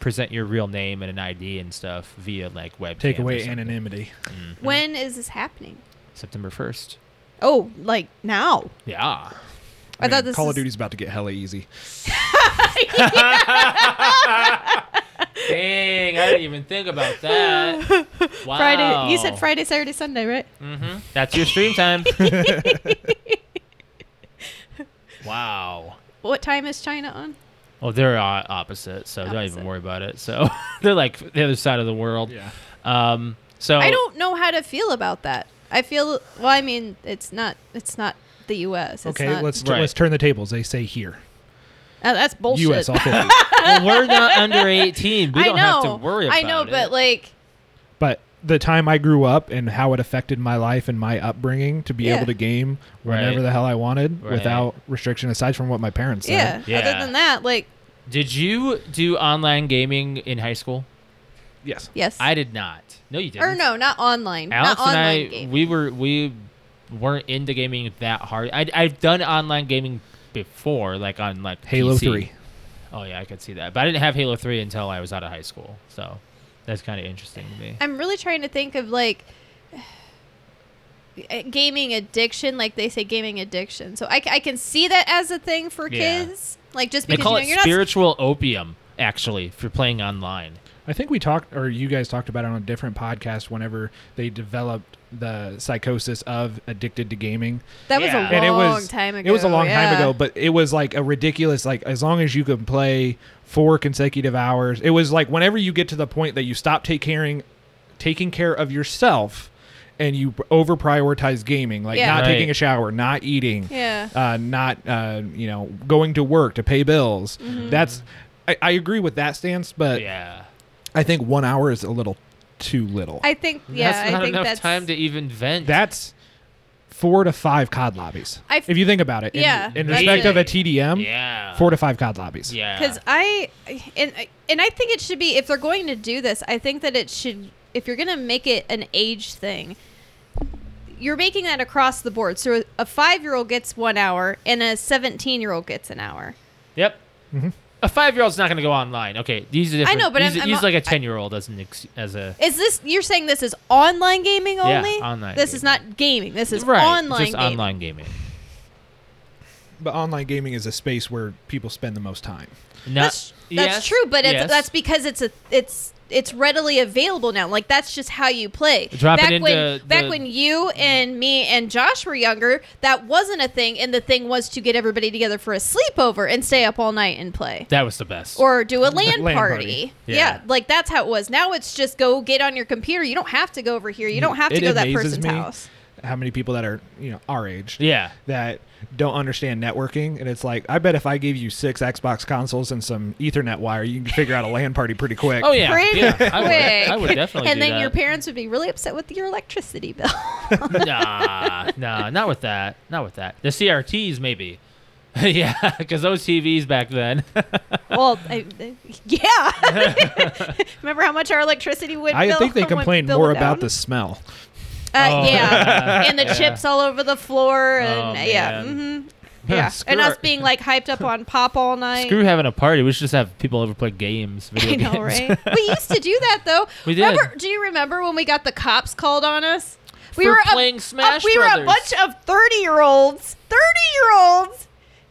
S1: present your real name and an ID and stuff via like webcam.
S3: take
S1: or
S3: away
S1: something.
S3: anonymity
S1: Mm-hmm.
S2: When is this happening?
S1: September first.
S2: Oh, like now.
S1: Yeah.
S2: I thought this
S3: Call
S2: was-
S3: of Duty's about to get hella easy
S1: Dang, I didn't even think about that. Wow.
S2: Friday. You said Friday, Saturday, Sunday, right?
S1: Mm-hmm. That's your stream time. wow.
S2: What time is China on?
S1: Well, they're uh, opposite, so don't
S2: Opposite.
S1: even worry about it. So they're like the other side of the world.
S3: yeah
S1: Um. So
S2: I don't know how to feel about that. I feel well, I mean, it's not it's not the US. It's
S3: okay
S2: not,
S3: let's
S1: Right.
S3: let's turn the tables they say here
S2: Uh, that's bullshit.
S3: US all 50
S1: Well, we're not under eighteen. We
S2: I
S1: don't
S2: know.
S1: have to worry about
S2: I know,
S1: it.
S2: but like
S3: But the time I grew up and how it affected my life and my upbringing to be
S2: Yeah.
S3: able to game whenever
S1: Right.
S3: the hell I wanted
S1: Right.
S3: without restriction, aside from what my parents said.
S2: yeah.
S1: Yeah.
S2: Other than that, like
S1: Did you do online gaming in high school?
S3: Yes.
S2: yes.
S1: I did not. No, you didn't.
S2: or no, not online.
S1: Alex
S2: not online
S1: and I,
S2: game.
S1: we were we weren't into gaming that hard. I I've done online gaming before, like on like
S3: Halo
S1: PC.
S3: 3.
S1: Oh yeah, I could see that. But I didn't have Halo Three until I was out of high school, so that's kind of interesting to me.
S2: I'm really trying to think of like uh, gaming addiction, like they say gaming addiction. So I, c- I can see that as a thing for
S1: Yeah.
S2: kids, like just
S1: They
S2: because
S1: call
S2: you
S1: it
S2: know, you're not.
S1: spiritual opium, actually, if you're playing online.
S3: I think we talked, or you guys talked about it on a different podcast whenever they developed the psychosis of addicted to gaming.
S2: That was a
S1: Yeah.
S2: long
S3: and it was
S2: time ago.
S3: It was a long time
S2: yeah.
S3: ago, but it was like a ridiculous like as long as you can play four consecutive hours. It was like whenever you get to the point that you stop take caring taking care of yourself and you over prioritize gaming, like
S2: Yeah.
S3: not
S1: Right.
S3: taking a shower, not eating,
S2: Yeah.
S3: uh, not uh, you know going to work to pay bills.
S2: Mm-hmm.
S3: That's I, I agree with that stance, but
S1: yeah,
S3: I think one hour is a little too little.
S2: I think yeah,
S1: that's not
S2: I think
S1: enough
S2: that's
S1: time to even vent.
S3: That's four to five COD lobbies.
S2: I f-
S3: if you think about it, in-
S2: Yeah,
S3: in,
S1: that's
S3: respect of a
S1: it.
S3: TDM,
S1: yeah,
S3: um, four to five COD lobbies.
S1: yeah,
S2: because I and and I think it should be if they're going to do this, I think that it should if you're going to make it an age thing. You're making that across the board. So a five year old gets one hour and a 17 year old gets an hour.
S1: Yep. A five-year-old's not going to go online. Okay, these are
S2: I
S1: different.
S2: know, but
S1: use,
S2: I'm- I'm
S1: use
S2: al-
S1: like a ten-year-old as an ex- as a
S2: Is this you're saying this is online gaming
S1: Yeah,
S2: only?
S1: online
S2: This
S1: gaming.
S2: is not gaming. This is
S1: right,
S2: online
S1: just
S2: gaming.
S1: online gaming.
S3: But online gaming is a space where people spend the most time.
S1: Not,
S2: That's, that's
S1: yes,
S2: true, but it's,
S1: yes.
S2: that's because it's a it's it's readily available now. Like that's just how you play.
S1: Drop it
S2: back
S1: into
S2: when
S1: the-
S2: back when you and me and Josh were younger, that wasn't a thing, and the thing was to get everybody together for a sleepover and stay up all night and play.
S1: that was the best.
S2: or do a land,
S3: Land
S2: party.
S3: party.
S2: Yeah.
S1: Yeah.
S2: like that's how it was. Now it's just go get on your computer. You don't have to go over here. You don't have to
S3: It
S2: go to that
S3: amazes
S2: person's
S3: me
S2: house.
S3: How many people that are you know our age
S1: yeah,
S3: that don't understand networking? And it's like I bet if I gave you six Xbox consoles and some Ethernet wire, you can figure out a LAN party pretty quick.
S1: oh yeah,
S2: Pretty
S1: yeah.
S2: quick.
S1: I, would, I would definitely.
S2: And
S1: do
S2: then
S1: that.
S2: your parents would be really upset with your electricity bill.
S1: nah, nah, not with that. Not with that. The CRTs maybe. yeah, because those TVs back then.
S2: well, I, I- yeah. Remember how much our electricity would?
S3: I
S2: bill
S3: think they
S2: went-
S3: complain
S2: bill
S3: more
S2: down?
S3: about the smell.
S2: Uh,
S1: Oh,
S2: yeah,
S1: yeah.
S2: and the
S1: Yeah.
S2: chips all over the floor, and
S1: Oh,
S2: yeah,
S1: man.
S2: hmm yeah,
S1: Screw
S2: and us
S1: our-
S2: being like hyped up on pop all night.
S1: Screw having a party. We should just have people over play games. Video
S2: I know,
S1: games.
S2: right? we used to do that though.
S1: We did.
S2: Remember, do you remember when we got the cops called on us? We
S1: For
S2: a-
S1: playing
S2: a,
S1: Smash
S2: we were a
S1: Brothers.
S2: bunch of thirty-year-olds, thirty-year-olds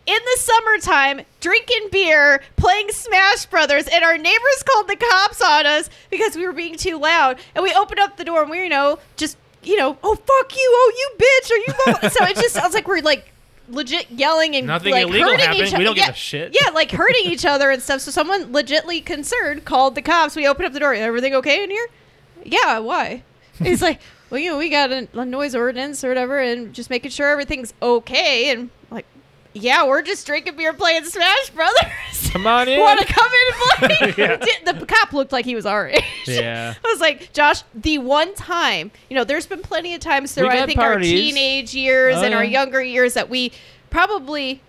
S2: in the summertime, drinking beer, playing Smash Brothers, and our neighbors called the cops on us because we were being too loud. And we opened up the door, and we, you know, just you know, oh fuck you, oh you bitch, are you? blah, blah." so it just sounds like we're like legit yelling and
S1: Nothing
S2: like
S1: illegal
S2: hurting
S1: happened.
S2: each other.
S1: We don't
S2: yeah,
S1: give a shit.
S2: Yeah, like hurting each other and stuff. So someone legitly concerned called the cops. We opened up the door. Everything okay in here? Yeah. Why? He's like, well, you know, we got a, a noise ordinance or whatever, and just making sure everything's okay. And I'm like, yeah, we're just drinking beer, playing Smash Brothers.
S1: Come on in.
S2: Want to come in and play? The cop looked like he was our age.
S1: Yeah.
S2: I was like, Josh, the one time, you know, there's been plenty of times through,
S1: We've
S2: I
S1: had
S2: think,
S1: parties.
S2: our teenage years
S1: Oh,
S2: and our
S1: yeah.
S2: younger years that we probably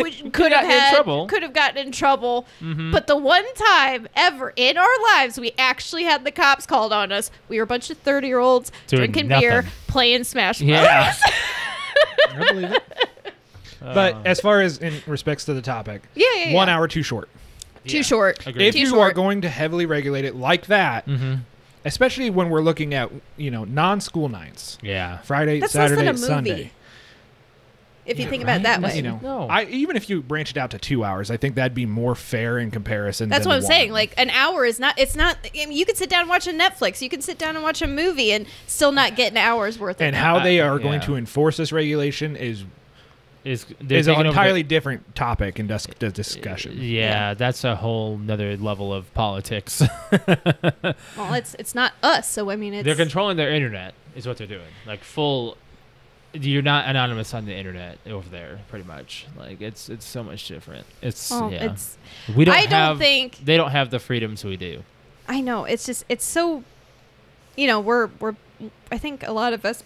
S2: we could
S1: gotten
S2: have
S1: in
S2: had,
S1: trouble. Mm-hmm.
S2: could have gotten in trouble. But the one time ever in our lives we actually had the cops called on us, we were a bunch of 30 year olds
S1: Doing
S2: drinking
S1: nothing.
S2: beer, playing Smash Bros.
S1: Yeah. Uh,
S3: I believe it. But as far as in respects to the topic,
S2: Yeah, yeah, yeah.
S3: one hour too short.
S2: Too
S1: Yeah.
S2: short.
S1: Agreed.
S3: If
S2: Too
S3: you
S2: short.
S3: are going to heavily regulate it like that,
S1: Mhm.
S3: especially when we're looking at you know non-school nights,
S1: Yeah.
S3: Friday,
S2: That's less
S3: Saturday,
S2: than a movie.
S3: Sunday.
S2: If you think
S3: Yeah, right?
S2: about it that
S3: That's,
S2: way.
S3: You know,
S1: No.
S3: I even if you branch it out to two hours, I think that'd be more fair in comparison.
S2: That's
S3: than
S2: what I'm
S3: one.
S2: saying. Like an hour is not. It's not. I mean, you could sit down and watch a Netflix. You can sit down and watch a movie and still not get an hour's worth.
S3: and
S2: of
S3: how they
S1: Uh,
S3: are going
S1: yeah.
S3: to enforce this regulation is
S1: Is, they're
S3: is
S1: taking
S3: an
S1: over the- Uh,
S3: entirely different topic in dis- the discussion.
S1: Yeah, that's a whole nother level of politics.
S2: Well, it's it's not us. So I mean, it's
S1: they're controlling their internet, is what they're doing. Like full, you're not anonymous on the internet over there, pretty much. Like it's it's so much different. It's
S2: Oh,
S1: yeah.
S2: it's.
S1: we don't.
S2: I don't
S1: have-
S2: think-
S1: they don't have the freedoms we do.
S2: I know. It's just. It's so you know, we're we're I think a lot of us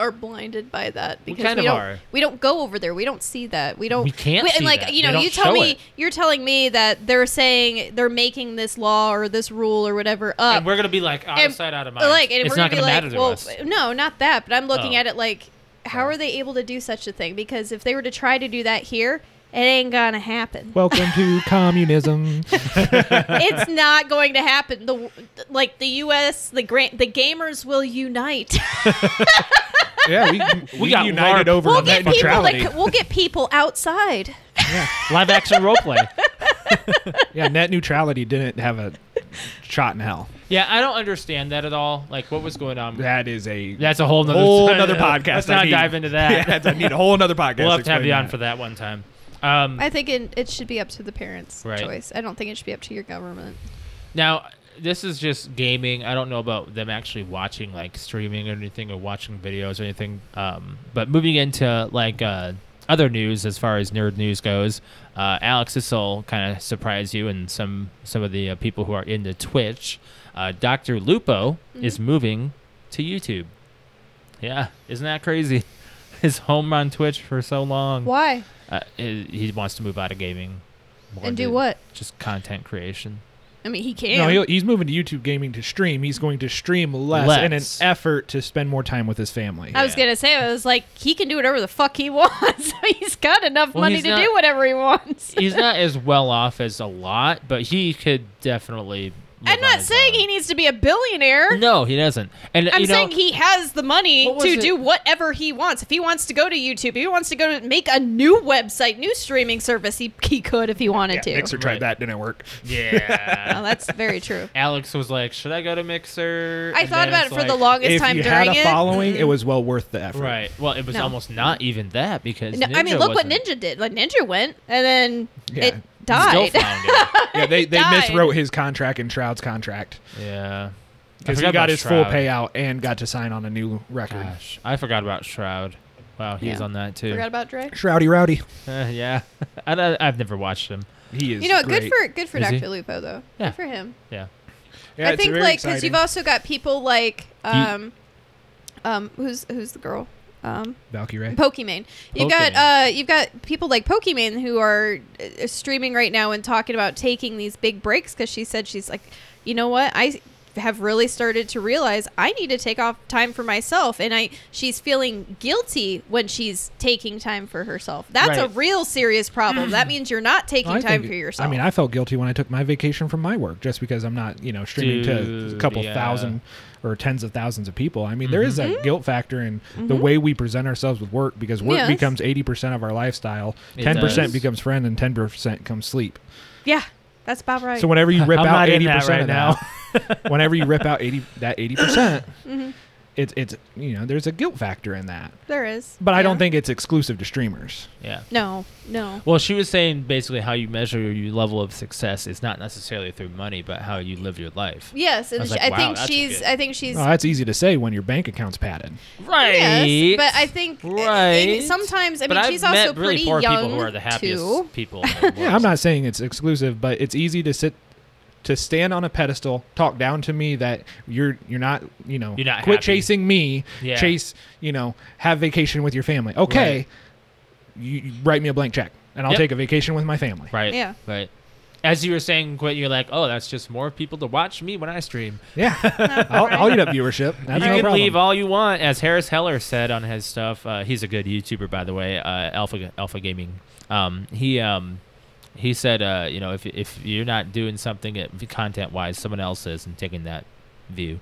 S2: are blinded by that because we,
S1: kind of
S2: don't
S1: are.
S2: we don't go over there. We don't see that. We don't
S1: We can't
S2: and
S1: see
S2: like
S1: that.
S2: you
S1: They
S2: know,
S1: don't
S2: you tell
S1: show
S2: me
S1: it.
S2: you're telling me that they're saying they're making this law or this rule or whatever up.
S1: and we're gonna be like out
S2: and-
S1: of sight, out of mind.
S2: like and
S1: it's
S2: we're
S1: not
S2: gonna,
S1: matter
S2: be like,
S1: to
S2: well,
S1: us.
S2: no, not that. But I'm looking
S1: Oh.
S2: at it like, how are they able to do such a thing? Because if they were to try to do that here, it ain't gonna happen.
S3: Welcome to communism.
S2: it's not going to happen. The like the U.S. the gra- the gamers will unite.
S3: yeah, we, we,
S1: got LARP.
S3: united over
S2: we'll
S3: on
S2: get
S3: net
S2: people
S3: neutrality.
S2: like we'll get people outside.
S1: Live action role play.
S3: yeah, net neutrality didn't have a shot in hell.
S1: Yeah, I don't understand that at all. Like, what was going on?
S3: That is a
S1: That's a whole nother
S3: whole another podcast.
S1: Let's
S3: I
S1: not
S3: need-
S1: dive into that.
S3: Yeah, that's- I need a whole another podcast.
S1: we'll have to have you on
S3: explaining
S1: for that one time. Um,
S2: I think it, it should be up to the parents'
S1: Right.
S2: choice. I don't think it should be up to your government.
S1: Now, this is just gaming. I don't know about them actually watching like streaming or anything or watching videos or anything. Um, but moving into like uh, other news as far as nerd news goes, uh, Alex, this will kind of surprise you and some some of the uh, people who are into Twitch. Uh, Doctor Lupo
S2: Mm-hmm.
S1: is moving to YouTube. Yeah, isn't that crazy? His home on Twitch for so long.
S2: Why
S1: Uh, he he wants to move out of gaming. more
S2: and do
S1: into
S2: what?
S1: Just content creation.
S2: I mean, he
S3: that.
S2: can.
S3: No, he'll, he's moving to YouTube gaming to stream. He's going to stream less, in an
S1: Less.
S3: effort to spend more time with his family.
S2: I was
S1: Yeah.
S2: gonna say, I was like, he can do whatever the fuck he wants. he's got enough
S1: Well,
S2: money
S1: he's
S2: to
S1: not-
S2: do whatever he wants.
S1: he's not as well off as a lot, but he could definitely. live
S2: I'm
S1: on
S2: not
S1: his
S2: saying
S1: own.
S2: he needs to be a billionaire.
S1: No, he doesn't. And
S2: I'm
S1: you know,
S2: saying he has the money
S1: What was
S2: to
S1: it-
S2: do whatever he wants. If he wants to go to YouTube, if he wants to go to make a new website, new streaming service, he, he could if he wanted
S3: yeah,
S2: to.
S3: Mixer tried
S1: Right.
S3: that, didn't work.
S1: yeah.
S2: Oh, that's very true.
S1: Alex was like, "Should I go to Mixer?"
S2: I
S1: And
S2: thought
S1: then
S2: about it
S1: it's
S2: for the
S1: like-
S2: longest
S3: if
S2: time
S3: you
S2: during
S3: had a
S2: it. Mm-hmm.
S3: following, it was well worth the effort.
S1: Right. Well, it was
S2: No.
S1: almost not even that because
S2: No, I mean, look what
S1: wasn't-
S2: Ninja did. Like Ninja went and then
S3: Yeah.
S2: it
S1: Still
S2: died.
S1: found it.
S3: Yeah, they they
S2: died.
S3: miswrote his contract and Shroud's contract
S1: yeah. I
S3: because he
S1: forgot
S3: got
S1: about
S3: his
S1: Shroud.
S3: full payout and got to sign on a new record.
S1: Gosh, I forgot about Shroud. Wow, he's
S2: Yeah.
S1: on that too.
S2: Forgot about Dre.
S3: Shroudy Rowdy,
S1: Uh, yeah, I don't, I've never watched him.
S3: he is
S2: You know, what,
S3: great.
S2: good for good for
S1: Is he?
S2: Dr. Lupo though.
S1: Yeah.
S2: Good for him.
S1: Yeah.
S3: Yeah,
S2: I
S3: it's
S2: think
S3: very
S2: like because you've
S3: exciting.
S2: also got people like um, um, who's who's the girl um,
S3: Valkyrie.
S2: Pokimane. You got uh, you've got people like Pokimane who are uh, streaming right now and talking about taking these big breaks because she said she's like, you know what, I have really started to realize I need to take off time for myself, and I she's feeling guilty when she's taking time for herself. That's a
S1: Right.
S2: real serious problem. that means you're not taking
S3: Mm. I
S2: time
S3: think-
S2: for yourself.
S3: I mean, I felt guilty when I took my vacation from my work just because I'm not, you know, streaming to a
S1: Dude,
S3: couple
S1: yeah.
S3: thousand or tens of thousands of people. I mean, there is
S2: Mm-hmm.
S3: that guilt factor in the way we present ourselves with work because work
S2: Yes.
S3: becomes 80% of our lifestyle,
S1: It
S3: 10%
S1: does.
S3: becomes friend, and 10% comes sleep.
S2: yeah, that's about right.
S3: So whenever you rip
S1: I'm
S3: out
S1: not in
S3: eighty
S1: that right
S3: percent of that, whenever you rip out eighty that eighty percent,
S2: Mm-hmm.
S3: it's it's you know there's a guilt factor in that.
S2: there is,
S3: But I
S2: Yeah.
S3: don't think it's exclusive to streamers.
S1: Yeah.
S2: no, no.
S1: Well, she was saying basically how you measure your level of success is not necessarily through money, but how you live your life.
S2: Yes, and
S1: was
S2: sh
S1: like,
S2: I
S1: wow,
S2: think
S1: that's a
S2: she's.
S1: good-
S2: I think she's.
S3: Well, that's Uh, easy to say when your bank account's padded.
S1: Right.
S2: Yes, but I think uh,
S1: Right.
S2: and sometimes I mean
S1: But I've
S2: she's also
S1: met really
S2: pretty
S1: poor
S2: young
S1: people who are the happiest
S2: too.
S1: people. In the world.
S3: Yeah, I'm not saying it's exclusive, but it's easy to sit to stand on a pedestal, talk down to me that you're you're not you know
S1: You're not
S3: quit
S1: happy.
S3: chasing me,
S1: Yeah.
S3: chase you know have vacation with your family. Okay,
S1: Right.
S3: you, you write me a blank check and I'll
S1: Yep.
S3: take a vacation with my family.
S1: Right.
S2: Yeah.
S1: Right. As you were saying, Quentin, you're like, oh, that's just more people to watch me when I stream.
S3: Yeah, I'll, I'll eat up viewership. That's
S1: you
S3: no
S1: can
S3: problem.
S1: leave all you want, as Harris Heller said on his stuff. Uh, he's a good YouTuber, by the way. Uh, Alpha Alpha Gaming. Um, he um, he said, uh, you know, if if you're not doing something content wise, someone else is and taking that view.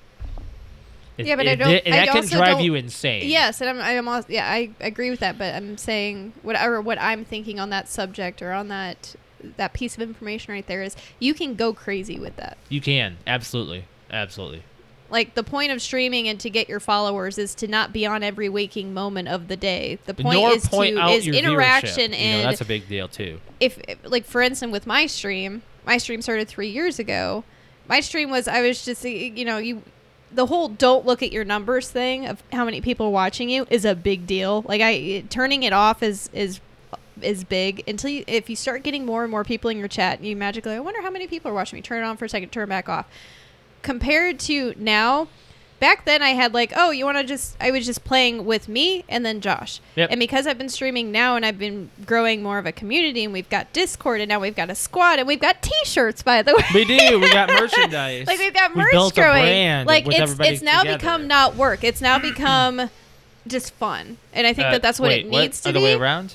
S1: It-
S2: Yeah, but I
S1: it-
S2: don't-
S1: and
S2: I
S1: that can
S2: also
S1: drive
S2: don't-
S1: you insane.
S2: Yes, and I'm, I'm also, yeah, I agree with that, but I'm saying whatever what I'm thinking on that subject or on that that piece of information right there is you can go crazy with that.
S1: you can absolutely, absolutely.
S2: Like the point of streaming and to get your followers is to not be on every waking moment of the day. The point
S1: Nor
S2: is
S1: point
S2: to
S1: out
S2: is
S1: your
S2: interaction
S1: viewership.
S2: and
S1: you know, that's a big deal too.
S2: if like for instance with my stream my stream started three years ago my stream was i was just you know you the whole don't look at your numbers thing of how many people are watching you is a big deal like i turning it off is is is big until you if you start getting more and more people in your chat you magically i wonder how many people are watching me turn it on for a second turn it back off compared to now back then I had like, oh, you want to just I was just playing with me and then Josh.
S1: Yep.
S2: And because I've been streaming now and I've been growing more of a community and we've got Discord and now we've got a squad and we've got T-shirts by the way.
S1: We do. We got merchandise.
S2: like we've got merch
S1: built a
S2: growing.
S1: brand
S2: like
S1: with
S2: it's
S1: everybody
S2: it's now
S1: together.
S2: become not work. It's now become just fun. And I think
S1: Uh,
S2: that that's what
S1: wait,
S2: it needs to
S1: other
S2: be.
S1: way around.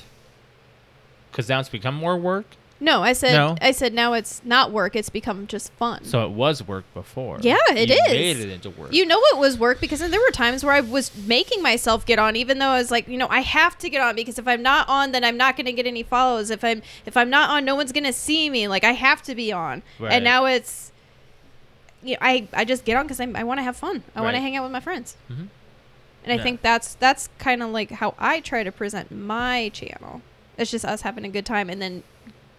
S1: Because now it's become more work.
S2: No, I said
S1: No?
S2: I said now it's not work. It's become just fun.
S1: So it was work before.
S2: Yeah,
S1: it
S2: it
S1: is.
S2: is.
S1: you Made it into work.
S2: You know it was work because there were times where I was making myself get on, even though I was like, you know, I have to get on because if I'm not on, then I'm not going to get any follows. If I'm if I'm not on, no one's going to see me. Like I have to be on.
S1: Right.
S2: And now it's, you know, I I just get on because I I want to have fun. I want to
S1: Right.
S2: hang out with my friends.
S1: Mhm.
S2: And I
S1: Yeah.
S2: think that's that's kind of like how I try to present my channel. It's just us having a good time and then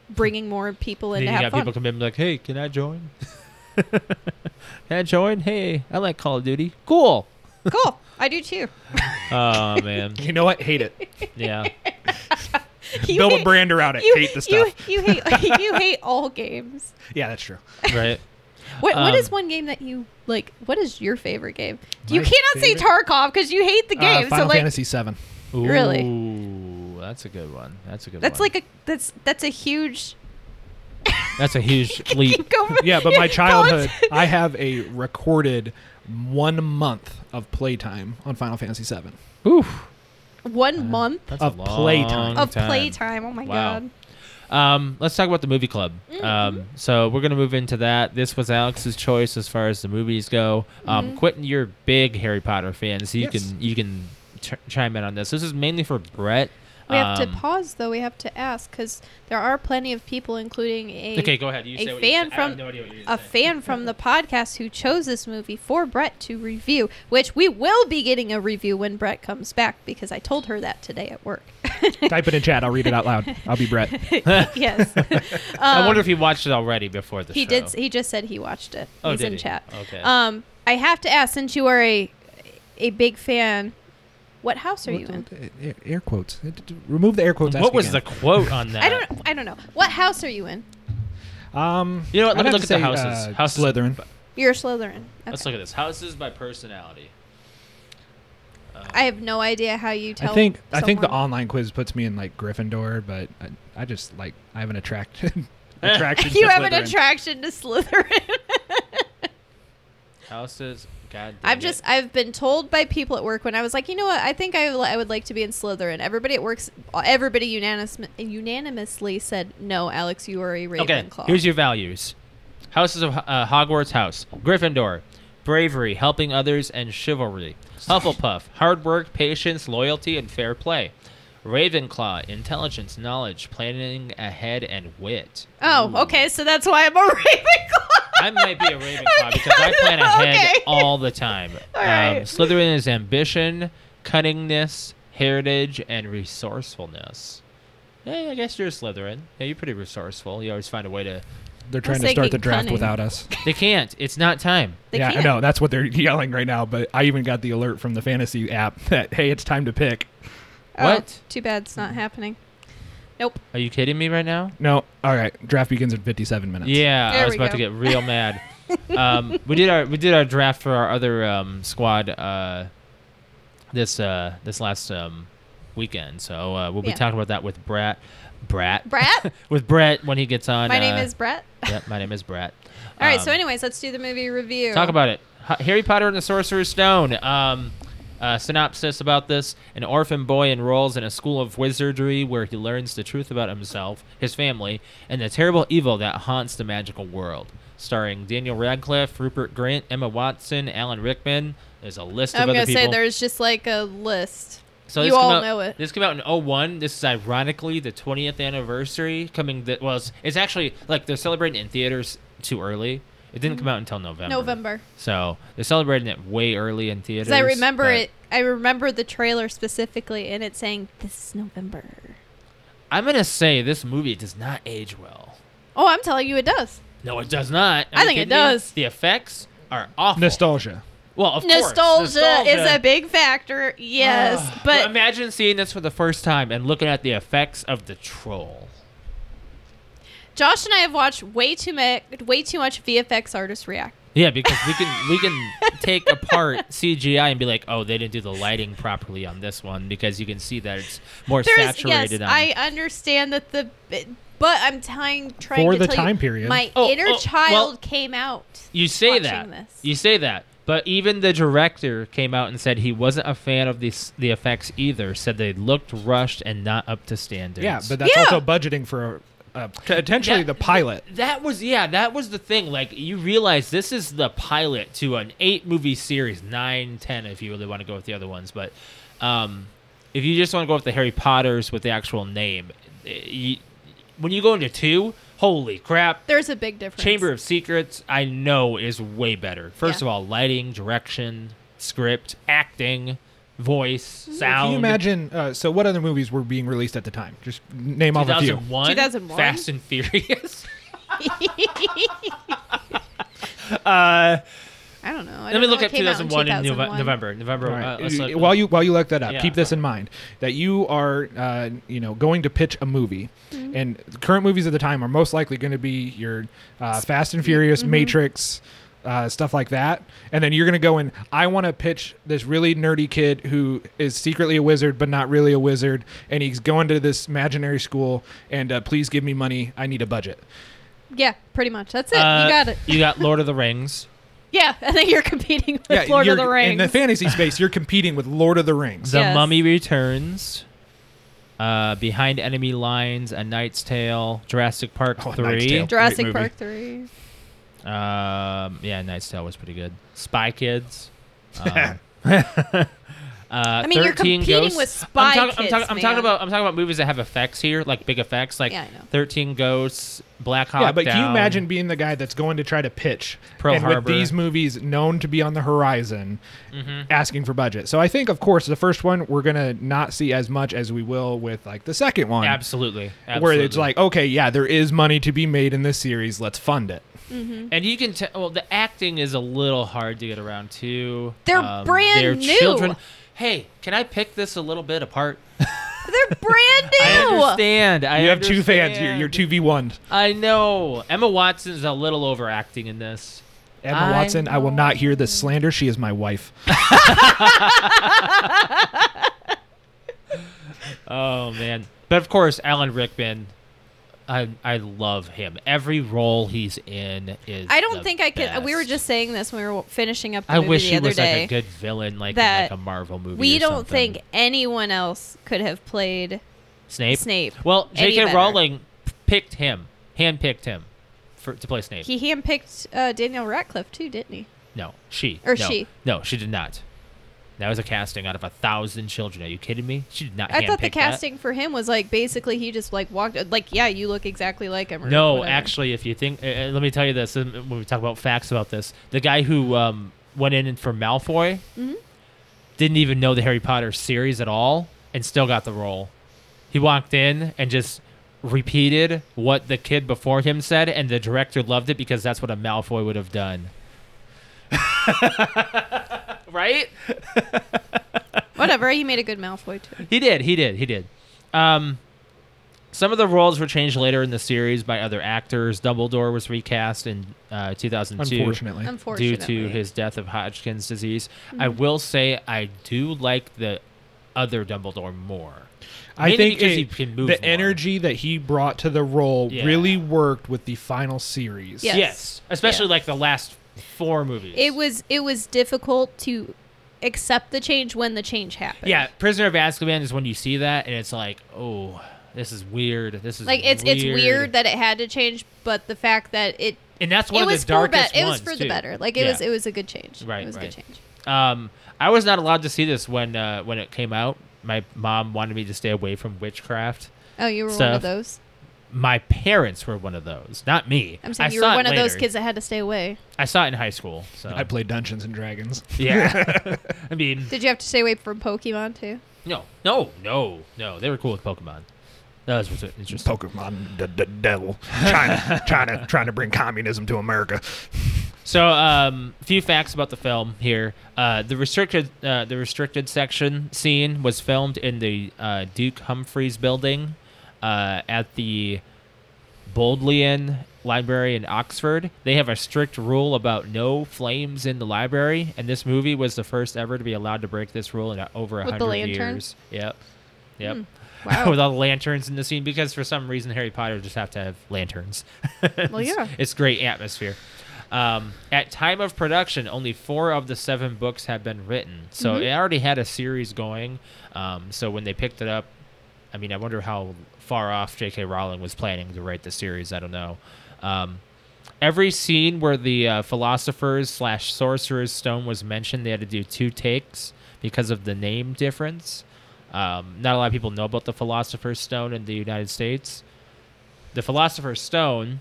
S2: bringing more people
S1: Then
S2: in to
S1: you got
S2: have fun.
S1: people come in and be like, "Hey, can I join? can I join? Hey, I like Call of Duty. Cool.
S2: cool, I do too.
S1: Oh man,
S3: You know what? Hate it.
S1: yeah.
S2: You
S3: Build
S2: hate-
S3: a brand around it. hate the stuff.
S2: You, you hate you hate all games.
S3: yeah, that's true.
S1: Right.
S2: What what is
S1: Um,
S2: one game that you like? What is your favorite game? You
S3: My
S2: cannot say
S3: favorite?
S2: Tarkov because you hate the
S3: Uh,
S2: game.
S3: Final
S2: so like
S3: Fantasy VII.
S2: Really?
S1: Ooh, that's a good one. That's a good.
S2: that's
S1: one.
S2: like a that's that's a huge
S1: That's a huge leap.
S2: go for-
S3: Yeah, but
S2: Call
S3: my
S2: it-
S3: childhood, I have a recorded one month of playtime on Final Fantasy VII.
S1: Oof.
S3: Uh-huh.
S2: one month
S1: That's
S3: Of
S1: a
S3: playtime.
S1: long
S2: of
S1: time.
S2: playtime. Oh my
S1: Wow.
S2: god.
S1: Um, let's talk about the movie club.
S2: Mm-hmm.
S1: Um, so we're gonna move into that. This was Alex's choice as far as the movies go. Um,
S2: Mm-hmm.
S1: Quentin, you're a big Harry Potter fan, so you
S3: Yes.
S1: can you can ch- chime in on this. This is mainly for Brett.
S2: We have
S1: Um,
S2: to pause though. We have to ask because there are plenty of people, including a
S1: Okay, go ahead. You
S2: a
S1: say what
S2: fan
S1: you say. I have
S2: from-
S1: no idea what you're
S2: a
S1: gonna say.
S2: fan from the podcast who chose this movie for Brett to review, which we will be getting a review when Brett comes back because I told her that today at work.
S3: Type it in chat. I'll read it out loud. I'll be Brett.
S2: yes.
S1: I wonder
S2: Um,
S1: if he watched it already before the
S2: he
S1: show.
S2: did. He just said he watched it.
S1: Oh,
S2: He's
S1: did
S2: in
S1: he?
S2: chat.
S1: Okay.
S2: Um, I have to ask since you are a a big fan, what house are you in?
S3: Air- Air quotes. Remove the air quotes.
S1: what was the quote on that?
S2: I don't. I don't know. What house are you in?
S3: the? Um,
S1: You know what? Let
S3: I'd
S1: me
S3: have
S1: look
S3: to
S1: at the
S3: say,
S1: houses.
S3: uh,
S1: Houses-
S3: Slytherin.
S2: You're a Slytherin.
S1: Let's
S2: Okay.
S1: look at this. Houses by personality. Uh,
S2: I have no idea how you tell.
S3: I think I think the
S2: someone.
S3: online quiz puts me in like Gryffindor, but I, I just like I have an attraction. attraction.
S2: you
S3: to
S2: have an
S3: Slytherin.
S2: attraction to Slytherin.
S1: Houses. God. Dang
S2: I've
S1: it.
S2: just I've been told by people at work when I was like, you know what, I think I, would- I would like to be in Slytherin. Everybody at works, everybody unanimous, unanimously said, no, Alex, you are a
S1: Okay,
S2: Ravenclaw.
S1: here's your values. Houses of uh, Hogwarts House, Gryffindor, bravery, helping others, and chivalry. Hufflepuff, hard work, patience, loyalty, and fair play. Ravenclaw, intelligence, knowledge, planning ahead, and wit.
S2: oh,
S1: Ooh.
S2: okay, so that's why I'm a Ravenclaw.
S1: I might be a Ravenclaw because I plan ahead
S2: Okay.
S1: all the time.
S2: All right.
S1: um, Slytherin is ambition, cunningness, heritage, and resourcefulness. Hey, I guess you're a Slytherin. Yeah, you're pretty resourceful. You always find a way to.
S3: They're trying to
S2: thinking
S3: start the draft
S2: cunning.
S3: without us.
S1: They can't. It's not time.
S2: They
S3: yeah,
S2: can't.
S3: I know. That's what they're yelling right now. But I even got the alert from the fantasy app that hey, it's time to pick.
S2: Oh,
S1: What?
S2: too bad it's not happening.
S1: Are you kidding me right now?
S3: No, all right. Draft begins in 57 minutes.
S1: Yeah,
S2: There
S1: I was
S2: we
S1: about to get
S2: go.
S1: real mad. um, we did our we did our draft for our other um, squad uh, this uh, this last um, weekend, so uh, we'll be
S2: Yeah.
S1: talking about that with Brett. Brett.
S2: Brett?
S1: with Brett when he gets on.
S2: My name
S1: uh,
S2: is Brett.
S1: Yep, my name is Brett.
S2: All right,
S1: Um,
S2: so anyways, let's do the movie review.
S1: Talk about it. Ha- Harry Potter and the Sorcerer's Stone. Um, uh, synopsis about this: An orphan boy enrolls in a school of wizardry where he learns the truth about himself, his family, and the terrible evil that haunts the magical world. Starring Daniel Radcliffe, Rupert Grint, Emma Watson, Alan Rickman. There's a list of
S2: I'm
S1: other
S2: gonna
S1: people.
S2: say there's just like a list.
S1: So
S2: You
S1: this came
S2: all
S1: out-
S2: know it.
S1: This came out in 01. This is ironically the 20th anniversary coming. That well, it's, it's actually like they're celebrating in theaters too early. It didn't come out until November.
S2: Mm-hmm. November.
S1: So they're celebrating it way early in theaters.
S2: Because I remember
S1: but
S2: it. I remember the trailer specifically, and it saying, "This is November."
S1: I'm gonna say this movie does not age well.
S2: Oh, I'm telling you, it does.
S1: No, it does not.
S2: I
S1: you
S2: think it
S1: kidding me?
S2: does.
S1: The effects are awful.
S3: Nostalgia.
S1: well, of course,
S2: nostalgia, Ah. is a
S1: nostalgia.
S2: big factor. Yes,
S1: Ugh.
S2: but
S1: imagine seeing this for the first time and looking at the effects of the troll.
S2: Josh and I have watched way too much, way too much VFX artists react.
S1: Yeah, because we can we can can't take apart CGI and be like, oh, they didn't do the lighting properly on this one because you can see that it's more
S2: There's, yes,
S1: saturated on.
S2: I understand that the, but I'm tying trying
S3: For
S2: to
S3: the
S2: tell
S3: time
S2: you,
S3: period.
S2: My
S1: Oh,
S2: inner
S1: oh, well-
S2: child came out.
S1: you say
S2: watching
S1: that.
S2: this.
S1: You say that. But even the director came out and said he wasn't a fan of these the effects either. Said they looked rushed and not up to standards.
S3: Yeah, but that's
S2: Yeah.
S3: also budgeting for uh, potentially
S1: Yeah.
S3: the pilot.
S1: That was yeah, that was the thing. Like you realize this is the pilot to an eight movie series, nine, ten if you really want to go with the other ones. But um, if you just want to go with the Harry Potters with the actual name, eh, you, when you go into two, holy crap!
S2: There's a big difference.
S1: Chamber of Secrets, I know is way better. First
S2: Yeah.
S1: of all, lighting, direction, script, acting, voice, sound.
S3: Can you imagine? Uh, so, what other movies were being released at the time? Just name off a few.
S1: 2001,
S2: 2001?
S1: Fast and Furious. uh,
S2: I don't know. I
S1: let
S2: don't
S1: me
S2: know
S1: look
S2: what
S1: up
S2: came out
S1: 2001 in Nove-
S2: 2001.
S1: November. November.
S3: All
S1: uh,
S3: right.
S1: let's look-
S3: You- while you while you look that up,
S1: Yeah.
S3: keep this in mind that you are uh, you know going to pitch a movie, and the current movies of the time are most likely going to be your uh, Fast and Furious, Matrix. Uh, stuff like that, and then you're gonna go and I want to pitch this really nerdy kid who is secretly a wizard but not really a wizard, and he's going to this imaginary school. And uh, please give me money. I need a budget.
S2: Yeah, pretty much. That's it.
S1: uh,
S2: you got it.
S1: you got Lord of the Rings.
S2: Yeah, and then you're competing with Lord of
S3: you're-
S2: the Rings.
S3: In the fantasy space, you're competing with Lord of the Rings.
S1: The
S2: Yes.
S1: Mummy Returns. Uh, Behind Enemy Lines, A Knight's Tale, Jurassic Park
S3: Oh, A
S1: 3.
S3: Knight's Tale.
S2: Jurassic
S3: movie.
S2: Park 3.
S1: Um, yeah, Knight's Tale was pretty good. Spy Kids. Um, uh, I
S2: mean, you're competing with Spy
S1: I'm talking, I'm,
S2: Kids,
S1: talking, I'm talking
S2: man.
S1: about I'm talking about movies that have effects here, like big effects, like
S2: Yeah, I know.
S1: Thirteen Ghosts, Black Hawk.
S3: Yeah, but can you
S1: Down.
S3: imagine being the guy that's going to try to pitch
S1: Pearl
S3: and
S1: Harbor.
S3: with these movies known to be on the horizon,
S1: Mm-hmm.
S3: asking for budget? So I think, of course, the first one we're gonna not see as much as we will with like the second one,
S1: Absolutely,
S3: where it's
S1: absolutely.
S3: like, okay, yeah, there is money to be made in this series, let's fund it.
S2: Mm-hmm.
S1: and you can tell. Well, the acting is a little hard to get around too. Um,
S2: They're brand
S1: they're
S2: new.
S1: Children. Hey, can I pick this a little bit apart?
S2: They're brand new.
S1: I understand. I
S3: you have two fans, you're,
S1: understand.
S3: you're two v one.
S1: I know. Emma Watson is a little overacting in this.
S3: Emma
S1: I
S3: Watson, I will not hear this slander. She is my wife.
S1: Oh man! But of course, Alan Rickman. I I love him. Every role he's in is.
S2: I don't
S1: the
S2: think I could. We were
S1: best.
S2: just saying this when we were finishing up the
S1: I
S2: movie
S1: wish
S2: the
S1: he
S2: other
S1: was like
S2: day.
S1: a good villain, like in,
S2: that
S1: like a Marvel movie.
S2: we
S1: or
S2: don't
S1: something.
S2: think anyone else could have played
S1: Snape.
S2: Snape
S1: Well,
S2: any
S1: J.K.
S2: better.
S1: Rowling picked him, handpicked him, for to play Snape.
S2: He handpicked uh, Daniel Radcliffe too, didn't he?
S1: no, she.
S2: Or
S1: no.
S2: she.
S1: No, she did not. That was a casting out of a thousand children. Are you kidding me? She did not.
S2: I thought the
S1: handpick that.
S2: casting for him was like basically he just like walked like yeah you look exactly like him. Or
S1: No,
S2: whatever.
S1: actually, if you think, uh, uh, let me tell you this. um, When we talk about facts about this, the guy who um, went in for Malfoy didn't even know the Harry Potter series at all, and still got the role. He walked in and just repeated what the kid before him said, and the director loved it because that's what a Malfoy would have done. right?
S2: whatever he made a good Malfoy too.
S1: He did. He did. He did. Um, some of the roles were changed later in the series by other actors. Dumbledore was recast in uh, 2002
S3: Unfortunately,
S2: Unfortunately,
S1: due to his death of Hodgkin's disease. I
S2: Mm-hmm.
S1: will say I do like the other Dumbledore more.
S3: I
S1: Mainly
S3: think
S1: because
S3: it-
S1: he can move
S3: the
S1: more.
S3: energy that he brought to the role
S1: Yeah.
S3: really worked with the final series.
S2: Yes.
S1: especially
S2: Yeah.
S1: like the last four movies.
S2: it was it was difficult to accept the change when the change happened.
S1: yeah. Prisoner of Azkaban is when you see that, and it's like, oh, this is weird. This is
S2: like it's it's weird that it had to change, but the fact that it
S1: and that's one
S2: it
S1: of
S2: was
S1: the
S2: for
S1: darkest
S2: bet it was
S1: ones,
S2: for the
S1: too.
S2: better. Like it
S1: Yeah.
S2: was it was a good change.
S1: Right,
S2: it was a
S1: right.
S2: good change.
S1: Um, I was not allowed to see this when uh, when it came out. My mom wanted me to stay away from witchcraft.
S2: Oh, you were one
S1: Stuff.
S2: of those.
S1: My parents were one of those, not me.
S2: I'm saying
S1: I
S2: you
S1: saw
S2: were
S1: it
S2: one of those
S1: later.
S2: kids that had to stay away.
S1: I saw it in high school. So
S3: I played Dungeons and Dragons.
S1: yeah. I mean,
S2: Did you have to stay away from Pokemon too?
S1: no, no, no, no. They were cool with Pokemon. That was what's interesting.
S3: Pokemon, the, the devil, China, China, trying to bring communism to America.
S1: So, um, a few facts about the film here. Uh, the restricted uh, the restricted section scene was filmed in the uh, Duke Humphreys building uh, at the Bodleian Library in Oxford. They have a strict rule about no flames in the library, and this movie was the first ever to be allowed to break this rule in uh, over a
S2: With
S1: hundred
S2: the lantern? Hmm. Oh.
S1: years. Yep, yep.
S2: Wow.
S1: With all the lanterns in the scene, because for some reason Harry Potter just have to have lanterns.
S2: Well,
S1: It's-
S2: yeah.
S1: it's great atmosphere. Um, at time of production, only four of the seven books had been written, so
S2: Mm-hmm.
S1: it already had a series going. Um, so when they picked it up, I mean, I wonder how far off J.K. Rowling was planning to write the series. I don't know. Um, every scene where the uh, philosophers slash sorcerer's stone was mentioned, they had to do two takes because of the name difference. Um, not a lot of people know about the philosopher's stone in the United States. The philosopher's stone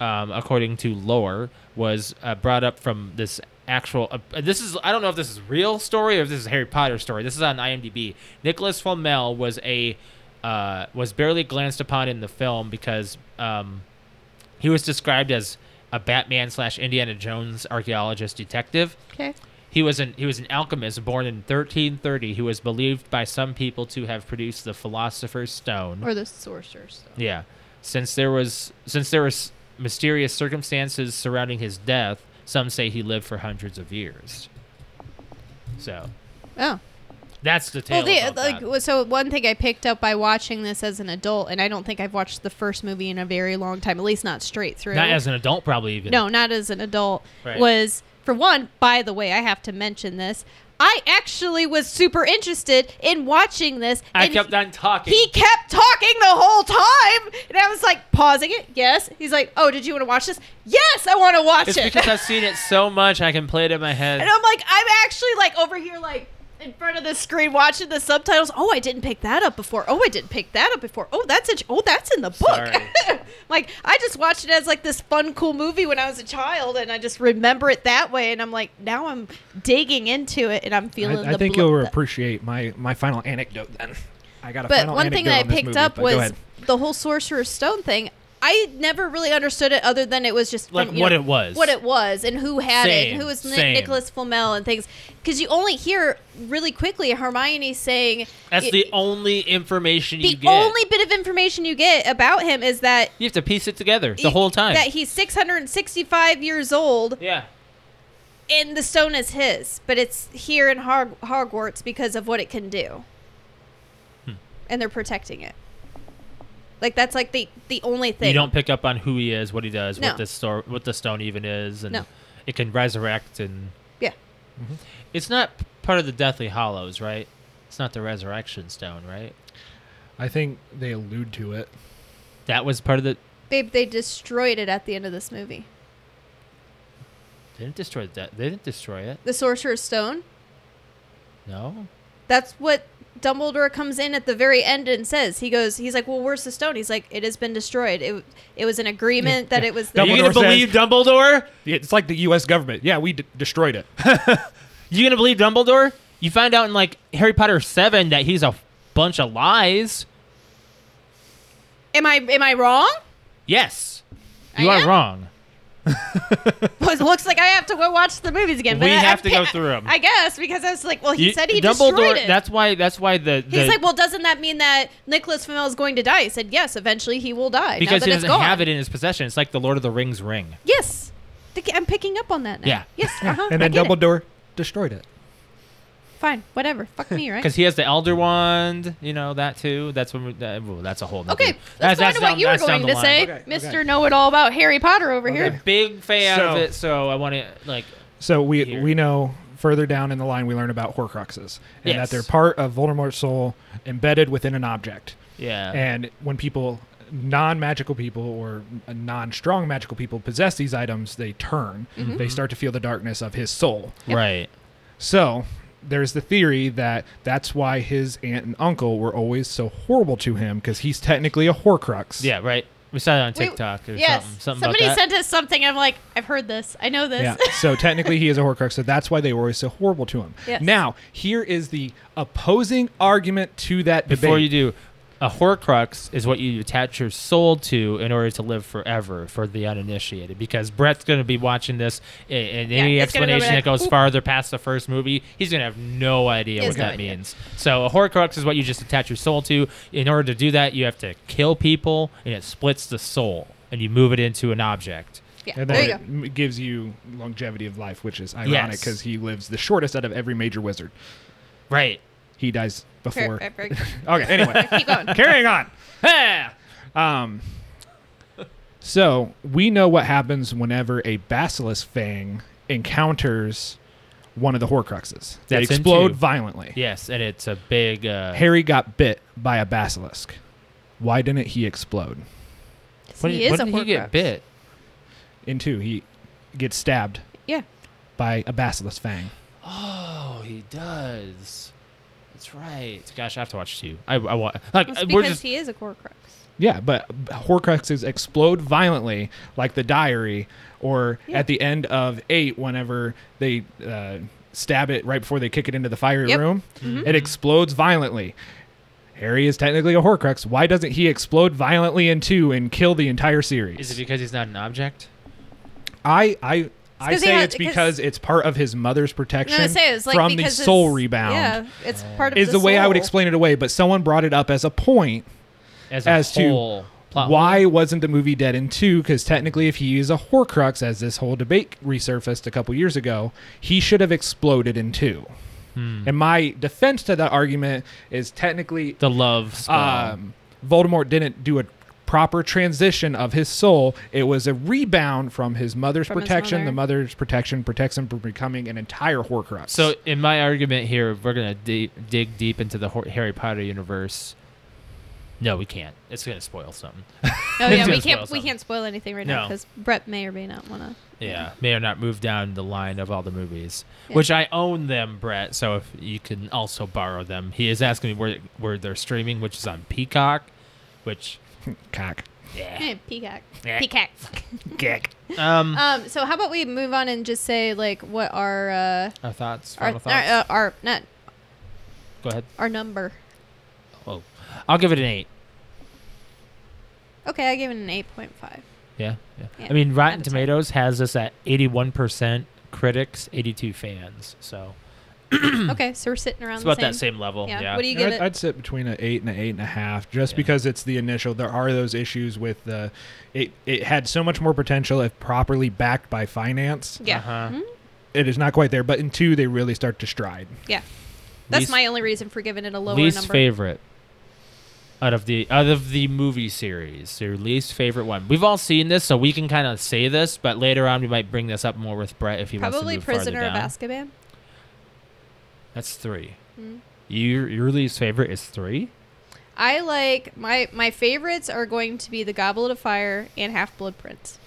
S1: um, according to lore, was uh, brought up from this actual. Uh, this is I don't know if this is real story or if this is Harry Potter story. This is on IMDb. Nicholas Flamel was a uh, was barely glanced upon in the film because um, he was described as a Batman slash Indiana Jones archaeologist detective.
S2: Okay.
S1: He was an he was an alchemist born in 1330 who was believed by some people to have produced the Philosopher's Stone.
S2: Or the sorcerers. So.
S1: Yeah, since there was since there was mysterious circumstances surrounding his death, some say he lived for hundreds of years. So
S2: Oh.
S1: that's the tale.
S2: Well, the,
S1: about
S2: like
S1: that.
S2: well, so one thing I picked up by watching this as an adult, and I don't think I've watched the first movie in a very long time, at least not straight through.
S1: not as an adult, probably even.
S2: no, not as an adult.
S1: Right.
S2: Was for one. By the way, I have to mention this. I actually was super interested in watching this.
S1: I
S2: and
S1: kept on talking.
S2: He kept talking the whole time, and I was like pausing it. Yes. He's like, "Oh, did you want to watch this? Yes, I want to watch
S1: it's
S2: it."
S1: because I've seen it so much, I can play it in my head.
S2: And I'm like, I'm actually like over here, like in front of the screen, watching the subtitles. Oh, I didn't pick that up before. Oh, I didn't pick that up before. Oh, that's it. Oh, that's in the book.
S1: Sorry.
S2: like I just watched it as like this fun, cool movie when I was a child, and I just remember it that way. And I'm like, now I'm digging into it, and I'm feeling.
S3: I, I
S2: the
S3: think
S2: blo-
S3: you'll
S2: the-
S3: appreciate my my final anecdote then. I got a
S2: but
S3: final
S2: one thing
S3: anecdote
S2: that I
S3: on this
S2: picked
S3: movie,
S2: up
S3: but go
S2: was
S3: ahead.
S2: the whole Sorcerer's Stone thing. I never really understood it other than it was just
S1: Like
S2: from, you
S1: what
S2: know,
S1: it was.
S2: what it was, and who had it,
S1: Same,
S2: and who was
S1: same.
S2: Ni- Nicholas Flamel and things. Because you only hear really quickly Hermione saying
S1: That's
S2: it-
S1: the only information you
S2: the
S1: get.
S2: only bit of information you get about him is that
S1: you have to piece it together
S2: he-
S1: the whole time.
S2: that he's 665 years old
S1: yeah.
S2: and the stone is his, but it's here in Hog- Hogwarts because of what it can do.
S1: Hmm.
S2: And they're protecting it. Like that's like the the only thing.
S1: You don't pick up on who he is, what he does,
S2: No.
S1: what this stor- what the stone even is, and
S2: No.
S1: it can resurrect. And
S2: Yeah.
S1: it's not part of the Deathly Hollows, right? It's not the Resurrection Stone, right?
S3: I think they allude to it.
S1: That was part of the.
S2: Babe, they destroyed it at the end of this movie.
S1: They didn't destroy that. They didn't destroy it.
S2: The Sorcerer's Stone.
S1: No.
S2: That's what Dumbledore comes in at the very end and says. He goes, he's like, "Well, where's the stone?" He's like, "It has been destroyed. It it was an agreement that it was the
S1: Are you gonna
S3: Dumbledore says-
S1: believe Dumbledore?
S3: It's like the U.S. government. Yeah, we d- destroyed it.
S1: You gonna believe Dumbledore? You find out in like Harry Potter seven that he's a bunch of lies.
S2: Am I am I wrong?
S1: Yes,
S2: I
S1: you are
S2: am?
S1: wrong.
S2: Well, it looks like I have to go watch the movies again.
S1: We
S2: I-
S1: have
S2: I
S1: to go
S2: can't-
S1: through 'em.
S2: I guess because I was like, well, he
S1: You-
S2: said he
S1: Dumbledore.
S2: destroyed it.
S1: That's why. That's why the.
S2: He's
S1: the-
S2: like, well, doesn't that mean that Nicholas Flamel is going to die? I said, yes, eventually he will die now
S1: because
S2: that
S1: he
S2: it's
S1: doesn't
S2: gone.
S1: have it in his possession. It's like the Lord of the Rings ring.
S2: Yes, Th- I'm picking up on that now.
S1: Yeah.
S2: Yes. Uh-huh.
S3: and
S2: I
S3: then
S2: get it.
S3: Dumbledore destroyed it.
S2: Fine. Whatever. Fuck me. Right.
S1: Because he has the Elder Wand, you know that too. That's when we, that, ooh, that's a whole. nother-
S2: Okay, let's go into what
S1: down-
S2: you were
S1: that's down
S2: going
S1: the
S2: to
S1: line.
S2: say,
S3: Okay,
S2: Mister
S3: okay.
S2: Know It All about Harry Potter over
S3: Okay.
S2: here.
S1: Big fan of
S3: So-
S1: it, so I want to like.
S3: So we
S1: Here.
S3: we know further down in the line we learn about Horcruxes and
S1: Yes.
S3: that they're part of Voldemort's soul embedded within an object.
S1: Yeah.
S3: And when people, non magical people or non strong magical people, possess these items, they turn.
S1: Mm-hmm.
S3: They start to feel the darkness of his soul.
S1: Right.
S3: So there's the theory that that's why his aunt and uncle were always so horrible to him because he's technically a Horcrux.
S1: Yeah. Right. We saw that on
S2: We-
S1: TikTok or
S2: yes.
S1: something. Something
S2: Somebody
S1: about that.
S2: sent us something. I'm like, I've heard this. I know this.
S3: Yeah. So technically, he is a Horcrux. So that's why they were always so horrible to him.
S2: Yes.
S3: Now, here is the opposing argument to that
S1: Before
S3: debate.
S1: you do, a Horcrux is what you attach your soul to in order to live forever for the uninitiated. Because Brett's going to be watching this, a- and
S2: Yeah,
S1: any
S2: it's gonna go
S1: explanation that
S2: back,
S1: goes
S2: "Oop."
S1: farther past the first movie, he's going to have no idea
S2: He
S1: what
S2: has no
S1: that
S2: idea.
S1: means. So a Horcrux is what you just attach your soul to. In order to do that, you have to kill people, and it splits the soul, and you move it into an object.
S2: Yeah,
S3: And
S2: there
S3: then
S2: you
S3: it
S2: go.
S3: m- gives you longevity of life, which is ironic
S1: Yes.
S3: because he lives the shortest out of every major wizard.
S1: Right.
S3: He dies before.
S2: Very- very- very-
S3: Okay, anyway,
S2: Keep going.
S3: carrying on.
S1: Ah!
S3: Um, so we know what happens whenever a basilisk fang encounters one of the Horcruxes. They
S1: That's in
S3: explode
S1: two.
S3: violently.
S1: Yes, and it's a big. Uh,
S3: Harry got bit by a basilisk. Why didn't he explode?
S1: what
S2: he
S1: did-
S2: is
S1: what
S2: a
S1: did he get
S2: Horcrux.
S1: bit?
S3: In two, he gets stabbed
S2: Yeah.
S3: by a basilisk fang.
S1: Oh, he does. That's right. Gosh, I have to watch two. I, I wa- like
S2: That's
S1: we're
S2: because
S1: just
S2: he is a Horcrux.
S3: Yeah, but Horcruxes explode violently, like the diary, or
S2: Yeah.
S3: at the end of eight, whenever they uh, stab it right before they kick it into the fiery
S2: Yep. Mm-hmm.
S3: room,
S1: Mm-hmm.
S3: it explodes violently. Harry is technically a Horcrux. Why doesn't he explode violently in two and kill the entire series?
S1: Is it because he's not an object?
S3: I I I
S2: 'cause he
S3: say
S2: has-
S3: it's because it's part of his mother's
S2: No,
S3: protection
S2: I say it's like
S3: from the
S2: because it's-
S3: soul rebound.
S2: Yeah, it's part of
S3: Is the, way I would
S2: soul.
S3: explain it away, but someone brought it up as a point
S1: As, a
S3: As to
S1: whole plot
S3: Why wasn't the movie dead in two? Because technically, if he is a Horcrux, as this whole debate resurfaced a couple years ago, he should have exploded in two. And my defense to that argument is technically
S1: the love spell.
S3: um, Voldemort didn't do a proper transition of his soul. It was a rebound from his mother's
S2: From his
S3: protection.
S2: mother.
S3: The mother's protection protects him from becoming an entire Horcrux.
S1: so in my argument here, we're gonna de- dig deep into the Hor- Harry Potter universe. No, we can't. It's gonna spoil something.
S2: Oh
S1: It's
S2: yeah, we
S1: gonna
S2: can't
S1: spoil
S2: we can't spoil anything right now
S1: No.
S2: because Brett may or may not want to.
S1: Yeah, may or not move down the line of all the movies,
S2: Yeah.
S1: which I own them, Brett. So if you can also borrow them, he is asking me where where they're streaming, which is on Peacock, which
S3: cock.
S1: yeah.
S2: Hey, peacock,
S1: Yeah.
S2: peacock.
S1: um
S2: Um, so how about we move on and just say like what our uh,
S1: our thoughts,
S2: our
S1: final
S2: our,
S1: thoughts.
S2: uh, our not
S1: Go ahead.
S2: our number.
S1: Oh, I'll give it an eight.
S2: Okay, I gave it an eight point five.
S1: Yeah, yeah.
S2: Yeah,
S1: I mean,
S2: out
S1: Rotten
S2: of ten.
S1: Tomatoes has us at 81% critics, 82 fans. So
S2: okay, so we're sitting around
S1: it's
S2: the
S1: about
S2: same.
S1: that same level.
S2: yeah.
S1: Yeah.
S2: What do you
S3: Yeah,
S2: give
S3: I'd,
S2: it?
S3: I'd sit between an eight and an eight and a half, just
S1: Yeah.
S3: because it's the initial. There are those issues with the. It it had so much more potential if properly backed by finance.
S2: yeah.
S1: Uh-huh.
S2: Mhm.
S3: It is not quite there, but in two they really start to stride.
S2: That's
S1: Least-
S2: my only reason for giving it a lower
S1: least
S2: number.
S1: favorite out of the out of the movie series, your least favorite one. We've all seen this, so we can kind of say this, but later on we might bring this up more with Brett if he
S2: Probably
S1: wants to move farther
S2: Prisoner of
S1: down.
S2: Azkaban.
S1: That's three.
S2: Mm.
S1: Your your least favorite is three.
S2: I like my my favorites are going to be the Goblet of Fire and Half Blood Prince.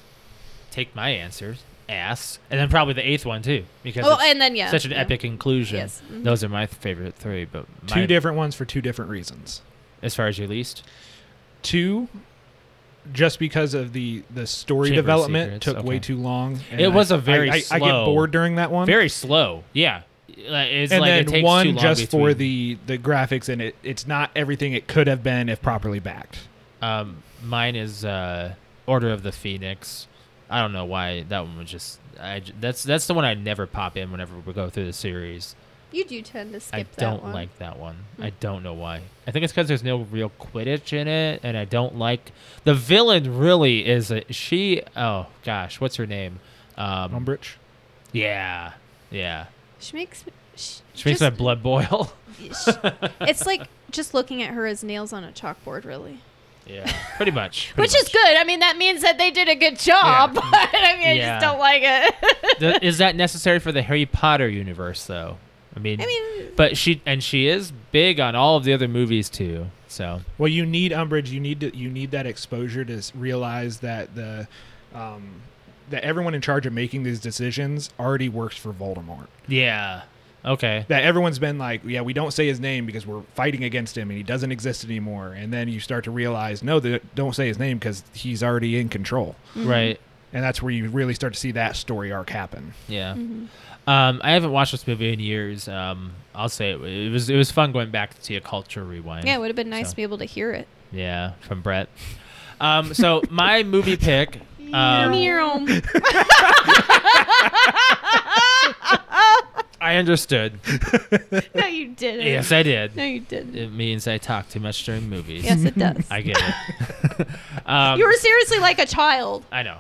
S1: Take my answers, ass, and then probably the eighth one too, because
S2: Oh,
S1: it's
S2: and then yeah,
S1: such an
S2: yeah.
S1: epic inclusion.
S2: Yes, mhm.
S1: Those are my favorite three, but
S3: Two
S1: my-
S3: different ones for two different reasons.
S1: as far as your least.
S3: Two, just because of the the story
S1: Chamber of
S3: development
S1: Secrets,
S3: took way
S1: okay.
S3: too long. and
S1: It was
S3: I-
S1: a very
S3: I, I, I get
S1: slow-
S3: bored during that one.
S1: very slow. Yeah, Like, it's
S3: and
S1: like it
S3: then
S1: takes too
S3: one
S1: long
S3: just for
S1: between.
S3: the the graphics, and it it's not everything it could have been if properly backed.
S1: Um, mine is uh, Order of the Phoenix. I don't know why that one was just. I j- that's that's the one I never pop in whenever we go through the series.
S2: You do tend to skip
S1: I
S2: that
S1: don't
S2: one.
S1: like that one. I
S2: Mm.
S1: don't know why. I think it's because there's no real Quidditch in it, and I don't like the villain. Really, is a, she? Oh gosh, what's her name? Um,
S3: Umbridge.
S1: Yeah, yeah.
S2: She makes me- she,
S1: She makes my
S2: just-
S1: blood boil.
S2: she- it's like just looking at her as nails on a chalkboard, really.
S1: yeah, pretty much.
S2: Which is good. I mean, that means that they did a good job.
S1: Yeah.
S2: But I mean, I
S1: Yeah.
S2: just don't like it.
S1: Th- is that necessary for the Harry Potter universe, though? I mean,
S2: I mean,
S1: but she and she is big on all of the other movies too. So
S3: Well, you need umbrage. You need to, you need that exposure to s- realize that the um, that everyone in charge of making these decisions already works for Voldemort.
S1: yeah, okay,
S3: That everyone's been like, yeah, we don't say his name because we're fighting against him and he doesn't exist
S2: Mm-hmm.
S3: anymore. And then you start to realize, no, they don't say his name because he's already in control.
S1: right.
S3: and that's where you really start to see that story arc happen.
S1: Yeah.
S2: Mm-hmm.
S1: Um, I haven't watched this movie in years. Um, I'll say it, it was it was fun going back to a culture rewind.
S2: Yeah, it would have been nice
S1: So.
S2: to be able to hear it.
S1: Yeah, from Brett. Um, so my movie pick. Um,
S2: Meow.
S1: I understood.
S2: no, you didn't.
S1: Yes, I did.
S2: No, you didn't.
S1: It means I talk too much during movies.
S2: Yes, it does.
S1: I get it. um,
S2: you were seriously like a child.
S1: I know.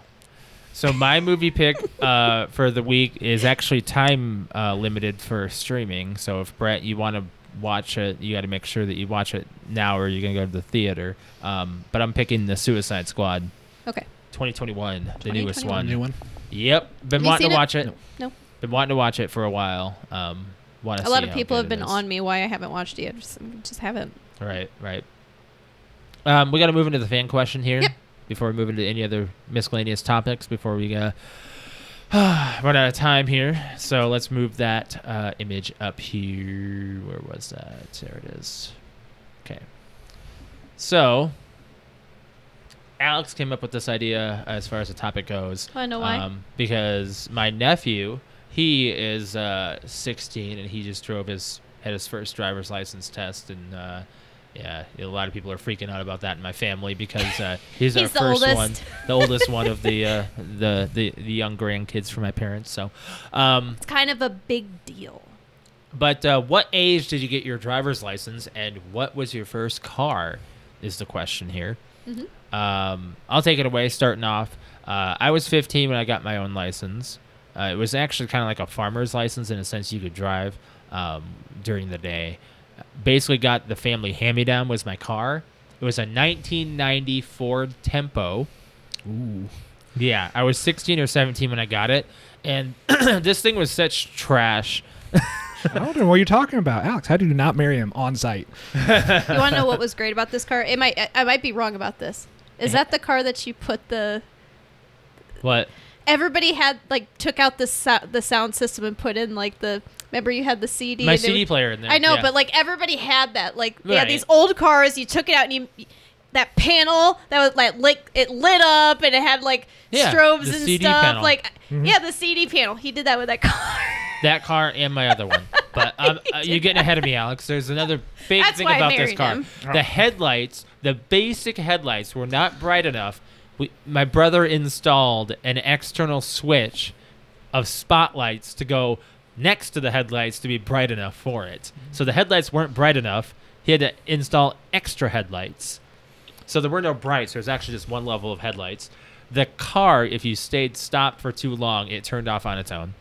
S1: So my movie pick uh, for the week is actually time uh, limited for streaming. So if Brett, you want to watch it, you got to make sure that you watch it now, or you're gonna go to the theater. Um, but I'm picking the Suicide Squad
S2: Okay.
S1: 2021, the newest
S2: 2021.
S1: one.
S3: New one.
S1: Yep, been
S2: Have you
S1: wanting
S2: seen
S1: to
S2: it?
S1: watch it.
S3: No.
S2: No.
S1: Been wanting to watch it for a while. Um, want
S2: A lot of people have been on me why I haven't watched it yet. Just, just haven't.
S1: Right, right. Um, we got to move into the fan question here
S2: Yep.
S1: before we move into any other miscellaneous topics before we uh, run out of time here. So let's move that uh, image up here. Where was that? There it is. Okay. So Alex came up with this idea as far as the topic goes.
S2: I know why.
S1: Um, because my nephew, he is uh, 16 and he just drove his had his first driver's license test and uh, yeah, a lot of people are freaking out about that in my family because uh, he's,
S2: He's the
S1: our first
S2: oldest.
S1: one, the oldest one of the uh, the, the the young grandkids for my parents. So, um,
S2: it's kind of a big deal.
S1: but uh, what age did you get your driver's license and what was your first car? Is the question here.
S2: Mm-hmm.
S1: Um, I'll take it away starting off. Uh, I was 15 when I got my own license. Uh, it was actually kind of like a farmer's license in a sense you could drive um, during the day. Basically, got the family hand me down was my car. It was a 1990 Ford Tempo. Ooh. Yeah, I was 16 or 17 when I got it. And this thing was such trash.
S3: I don't know what you're talking about, Alex. How do you not marry him on site?
S2: You want to know what was great about this car? It might. I- I might be wrong about this. Is that the car that she put the?
S1: What?
S2: Everybody had like took out the so- the sound system and put in like the. Remember you had the CD.
S1: my
S2: and they
S1: CD
S2: would-
S1: player in there.
S2: I know,
S1: yeah.
S2: but like everybody had that. Like they
S1: Right.
S2: had these old cars. You took it out and you that panel that was like lit, it lit up and it had like
S1: Yeah,
S2: strobes
S1: the
S2: and
S1: CD
S2: stuff.
S1: panel. Mm-hmm.
S2: Like yeah, the CD panel. He did that with that car.
S1: that car and my other one. But um, uh, you're getting ahead of me, Alex. There's another big
S2: That's
S1: thing
S2: why I
S1: about this
S2: married
S1: car.
S2: him.
S1: The headlights, the basic headlights, were not bright enough. We, my brother installed an external switch of spotlights to go next to the headlights to be bright enough for it. So the headlights weren't bright enough. He had to install extra headlights. So there were no brights. There was actually just one level of headlights. The car, if you stayed stopped for too long, it turned off on its own.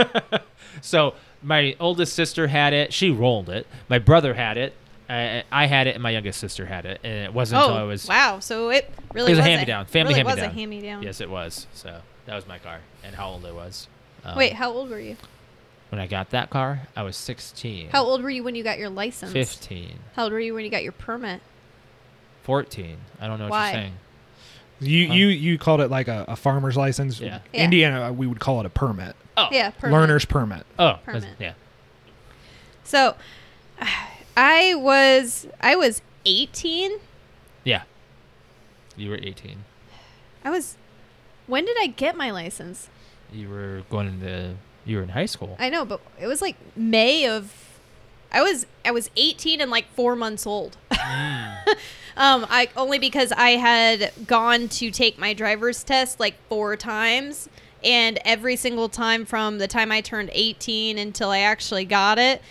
S1: so my oldest sister had it. She rolled it. My brother had it. I, I had it, and my youngest sister had it. And it wasn't until I
S2: oh
S1: was
S2: wow! So it really
S1: It was a
S2: was
S1: hand-me-down, family
S2: really
S1: hand-me-down.
S2: Was a hand me down.
S1: yes, it was. So that was my car, and how old I was. Um,
S2: Wait, how old were you?
S1: when I got that car, I was 16.
S2: How old were you when you got your license?
S1: 15,
S2: How old were you when you got your permit?
S1: 14. I don't know what
S2: Why?
S1: you're saying.
S3: You
S1: Huh?
S3: you you called it like a, a farmer's license.
S1: Yeah.
S2: Yeah.
S3: Indiana, uh, we would call it a permit,
S1: Oh,
S2: Yeah, permit.
S3: learner's permit.
S1: Oh,
S2: Permit.
S1: that's- yeah.
S2: So, I was I was eighteen.
S1: Yeah. You were 18.
S2: I was. When did I get my license?
S1: You were going into, you were in high school.
S2: I know, but it was like May of. I was I was 18 and like four months old. um, I only because I had gone to take my driver's test like four times, and every single time from the time I turned 18 until I actually got it,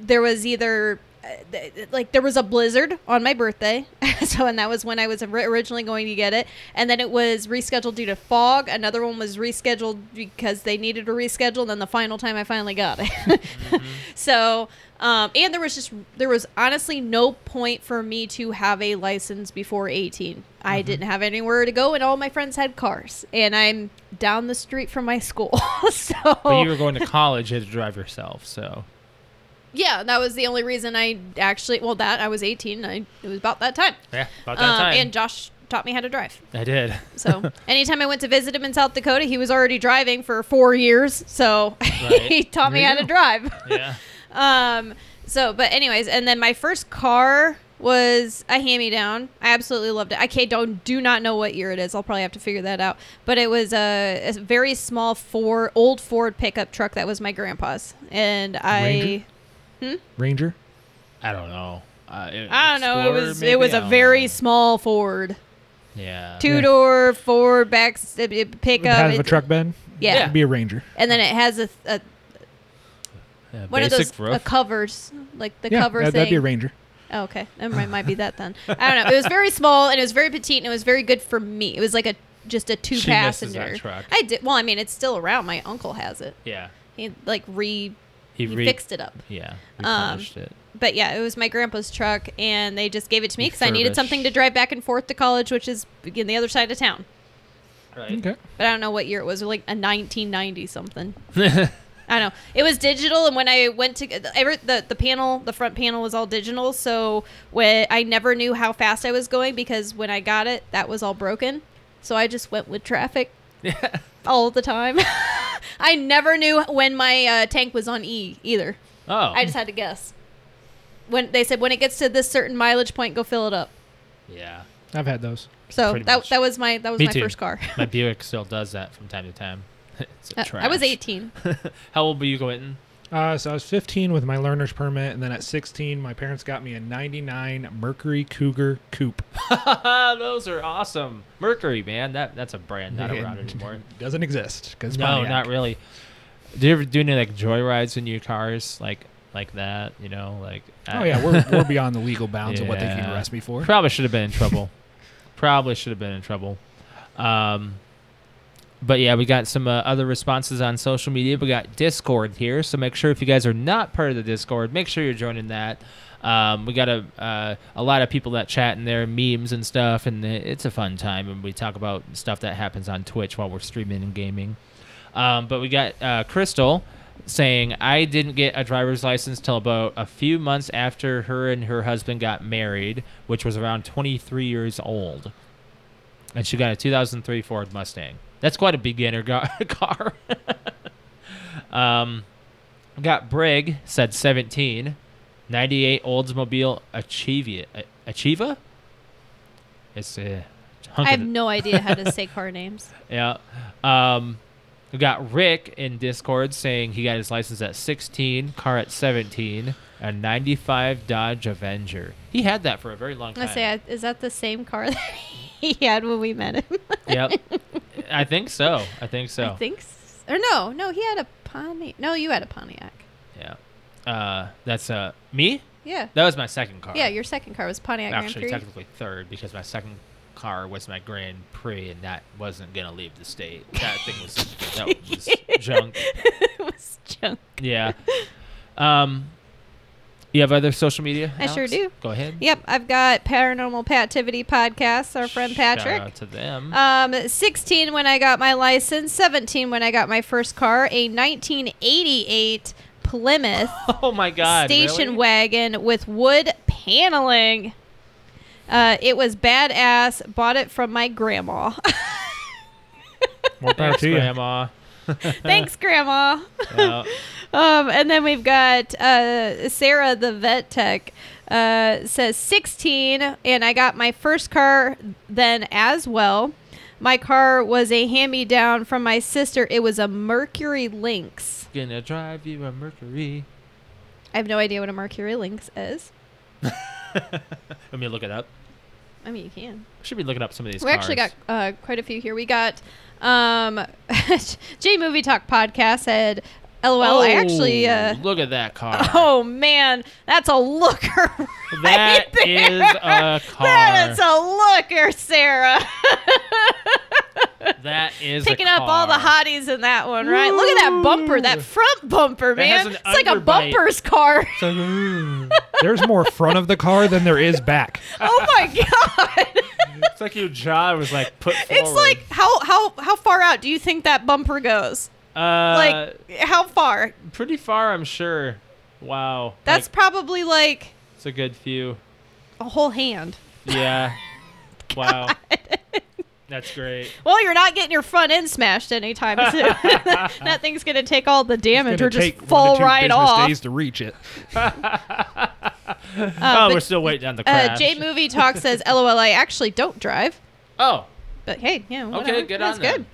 S2: there was either uh, th- th- like there was a blizzard on my birthday so and that was when i was ori- originally going to get it and then it was rescheduled due to fog another one was rescheduled because they needed to reschedule and then the final time i finally got it
S1: Mm-hmm.
S2: so um, and there was just there was honestly no point for me to have a license before 18 i
S1: Mm-hmm.
S2: didn't have anywhere to go and all my friends had cars and i'm down the street from my school so
S1: But you were going to college, you had to drive yourself, so.
S2: yeah, that was the only reason I actually. Well, that I was 18. And I it was about that time.
S1: Yeah, about
S2: Um, And Josh taught me how to drive.
S1: I did.
S2: So anytime I went to visit him in South Dakota, he was already driving for four years. So he
S1: Right.
S2: taught me
S1: There
S2: how
S1: you
S2: to
S1: go.
S2: drive.
S1: Yeah.
S2: Um. So, but anyways, and then my first car was a hand me down. I absolutely loved it. I can't don't do not know what year it is. I'll probably have to figure that out. But it was a, a very small Ford, old Ford pickup truck that was my grandpa's, and I.
S3: Ranger? Ranger.
S1: I don't know. Uh,
S2: I don't know. It was it was a very small Ford,
S1: yeah.
S2: two door Ford back s- uh, uh, pickup.
S3: Out of a
S2: It's-
S3: truck bed.
S2: Yeah.
S3: It'd be a Ranger.
S2: and then it has a, a
S1: Yeah,
S2: one of
S1: basic
S2: those uh,
S1: roof.
S2: covers, like the
S3: yeah,
S2: cover
S3: that,
S2: thing.
S3: that'd be a Ranger.
S2: Oh, okay, that might, might be that then. I don't know. It was very small and it was very petite and it was very good for me. It was like a just a two
S1: misses
S2: passenger.
S1: that truck.
S2: I did. Well, I mean, it's still around. My uncle has it.
S1: yeah.
S2: He like re
S1: He,
S2: he
S1: re-
S2: fixed it up.
S1: Yeah.
S2: Um,
S1: Repolished it.
S2: But yeah, it was my grandpa's truck and they just gave it to me because I needed
S1: Refurbished.
S2: something to drive back and forth to college, which is in the other side of town.
S1: Right.
S3: Okay.
S2: But I don't know what year it was. Like a 1990 something. I don't know. It was digital, and when I went to ever the the panel, the front panel was all digital. So when I never knew how fast I was going because when I got it, that was all broken. So I just went with traffic all the time. I never knew when my uh, tank was on E either.
S1: Oh.
S2: I just had to guess. When they said when it gets to this certain mileage point, go fill it up.
S1: yeah.
S3: I've had those.
S2: So
S1: Pretty
S2: that
S1: much.
S2: that was my that was
S1: Me
S2: my
S1: too.
S2: first car.
S1: My Buick still does that from time to time. it's a
S2: Uh,
S1: trash.
S2: I was 18.
S1: How old were you, Quentin?
S3: Uh, so I was 15 with my learner's permit, and then at 16, my parents got me a 99 Mercury Cougar Coupe.
S1: Uh, Those are awesome. Mercury, man. That that's a brand not around anymore.
S3: Doesn't exist because
S1: no, not really. Do you ever do any like joyrides in your cars, like like that? You know, like
S3: Oh yeah, we're, we're beyond the legal bounds of what they can
S1: Yeah.
S3: arrest me for.
S1: Probably should have been in trouble. Probably should have been in trouble. Um, but yeah, we got some uh, other responses on social media. We got Discord here, so make sure if you guys are not part of the Discord, make sure you're joining that. Um, we got a uh, a lot of people that chat in there, memes and stuff, and it's a fun time. And we talk about stuff that happens on Twitch while we're streaming and gaming. Um, but we got uh, Crystal saying, I didn't get a driver's license till about a few months after her and her husband got married, which was around 23 years old. And she got a 2003 Ford Mustang. That's quite a beginner ga- car. um, got Brig, said 17. 98 Oldsmobile Achievia. A- Achieva? It's uh, a hunk
S2: I
S1: of
S2: have no idea how to say car names.
S1: yeah. Um, we got Rick in Discord saying he got his license at 16, car at 17, a 95 Dodge Avenger. He had that for a very long
S2: I
S1: time.
S2: say, is that the same car that he had when we met him?
S1: yep. I think so. I think so.
S2: I think, s- or no, no, he had a Pontiac. No, you had a Pontiac.
S1: yeah. Uh, that's uh, me?
S2: Yeah,
S1: That was my second car.
S2: yeah. Your second car was Pontiac
S1: Actually,
S2: Grand Prix.
S1: technically third because my second car was my Grand Prix and that wasn't going to leave the state. That thing was, that was junk.
S2: it was junk.
S1: Yeah. Um, you have other social media?
S2: I sure
S1: Alex?
S2: do.
S1: Go ahead.
S2: Yep, I've got Paranormal Pativity podcast. Our friend Patrick.
S1: Shout out to them.
S2: Um, 16 when I got my license, 17 when I got my first car, a 1988 Plymouth.
S1: oh my God.
S2: station
S1: really?
S2: wagon with wood paneling. Uh, it was badass. Bought it from my grandma.
S3: More power
S1: Thanks,
S3: to you.
S1: Grandma.
S2: Thanks, grandma.
S1: Yeah.
S2: Um, and then we've got uh, Sarah, the vet tech, uh, says 16, and I got my first car then as well. My car was a hand me down from my sister. It was a Mercury Lynx.
S1: Gonna drive you a Mercury.
S2: I have no idea what a Mercury Lynx is.
S1: Let me look it up.
S2: I mean, you can.
S1: Should be looking up some of these.
S2: we actually got
S1: cars.
S2: uh, quite a few here. We got um, J Movie Talk podcast said, "LOL." I actually.
S1: Oh,
S2: Uh,
S1: look at that car.
S2: oh man, that's a looker. Right
S1: That
S2: there.
S1: is a car.
S2: That is a looker, Sarah.
S1: That is a
S2: Picking up all the
S1: car.
S2: hotties in that one, right? Look at that bumper, that front bumper,
S1: That has
S2: man.
S1: an
S2: It's like a
S1: underbite.
S2: bumper's car.
S1: So, mm,
S3: There's more front of the car than there is back.
S2: oh my god!
S1: it's like your jaw was like put forward.
S2: It's like how how how far out do you think that bumper goes?
S1: uh,
S2: Like how far?
S1: pretty far, I'm sure. Wow.
S2: That's
S1: Like,
S2: probably like
S1: it's a good few.
S2: a whole hand.
S1: Yeah. wow. That's great.
S2: Well, you're not getting your front end smashed anytime soon. that thing's gonna take all the damage
S3: Gonna
S2: or just
S3: take one to
S2: fall
S3: two
S2: right
S3: business
S2: off.
S3: Days to reach it.
S2: Uh,
S1: oh, we're
S2: but,
S1: still waiting on the crash.
S2: uh, J Movie Talk says, "LOL, I actually don't drive."
S1: Oh,
S2: But hey, yeah, whatever.
S1: okay, good
S2: That's
S1: on
S2: good.
S1: them.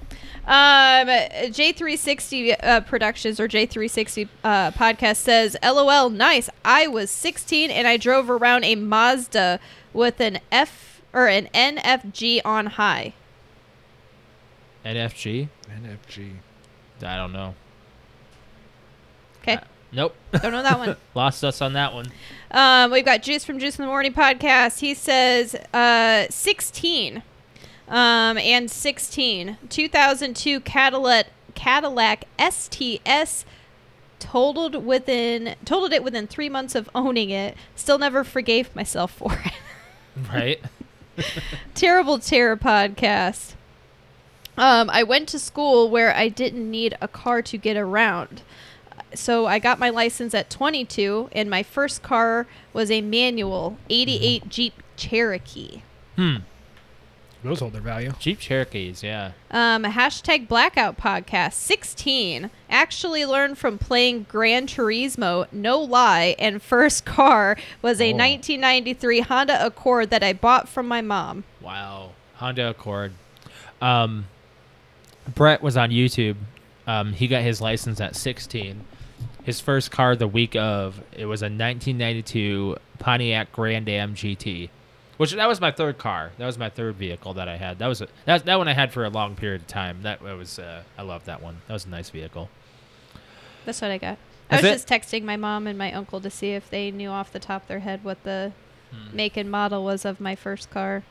S2: Um, J360 uh, Productions or J360 uh, podcast says, "LOL, nice. I was 16 and I drove around a Mazda with an F or an NFG on high.
S1: NFG?
S3: NFG.
S1: I don't know.
S2: Okay,
S1: Uh, Nope.
S2: don't know that one.
S1: Lost us on that one.
S2: Um, we've got Juice from Juice in the Morning podcast. He says uh, 16 um, and 16. 2002 Cadillac, Cadillac STS totaled within totaled it within three months of owning it. Still never forgave myself for it.
S1: Right?
S2: Terrible Terror podcast. Um, I went to school where I didn't need a car to get around. So I got my license at 22, and my first car was a manual 88 Jeep Cherokee.
S1: hmm.
S3: Those hold their value.
S1: Jeep Cherokees, yeah.
S2: Um, hashtag Blackout Podcast 16. Actually learned from playing Gran Turismo, no lie, and first car was a
S1: Oh.
S2: 1993 Honda Accord that I bought from my mom.
S1: Wow. Honda Accord. Um, Brett was on YouTube. Um, he got his license at 16. His first car the week of it was a 1992 Pontiac Grand Am GT, which that was my third car. That was my third vehicle that I had. That was a, that that one I had for a long period of time. That was uh, I loved that one. That was a nice vehicle.
S2: That's what I got.
S1: That's
S2: I
S1: it?
S2: was just texting my mom and my uncle to see if they knew off the top of their head what the
S1: Hmm.
S2: make and model was of my first car.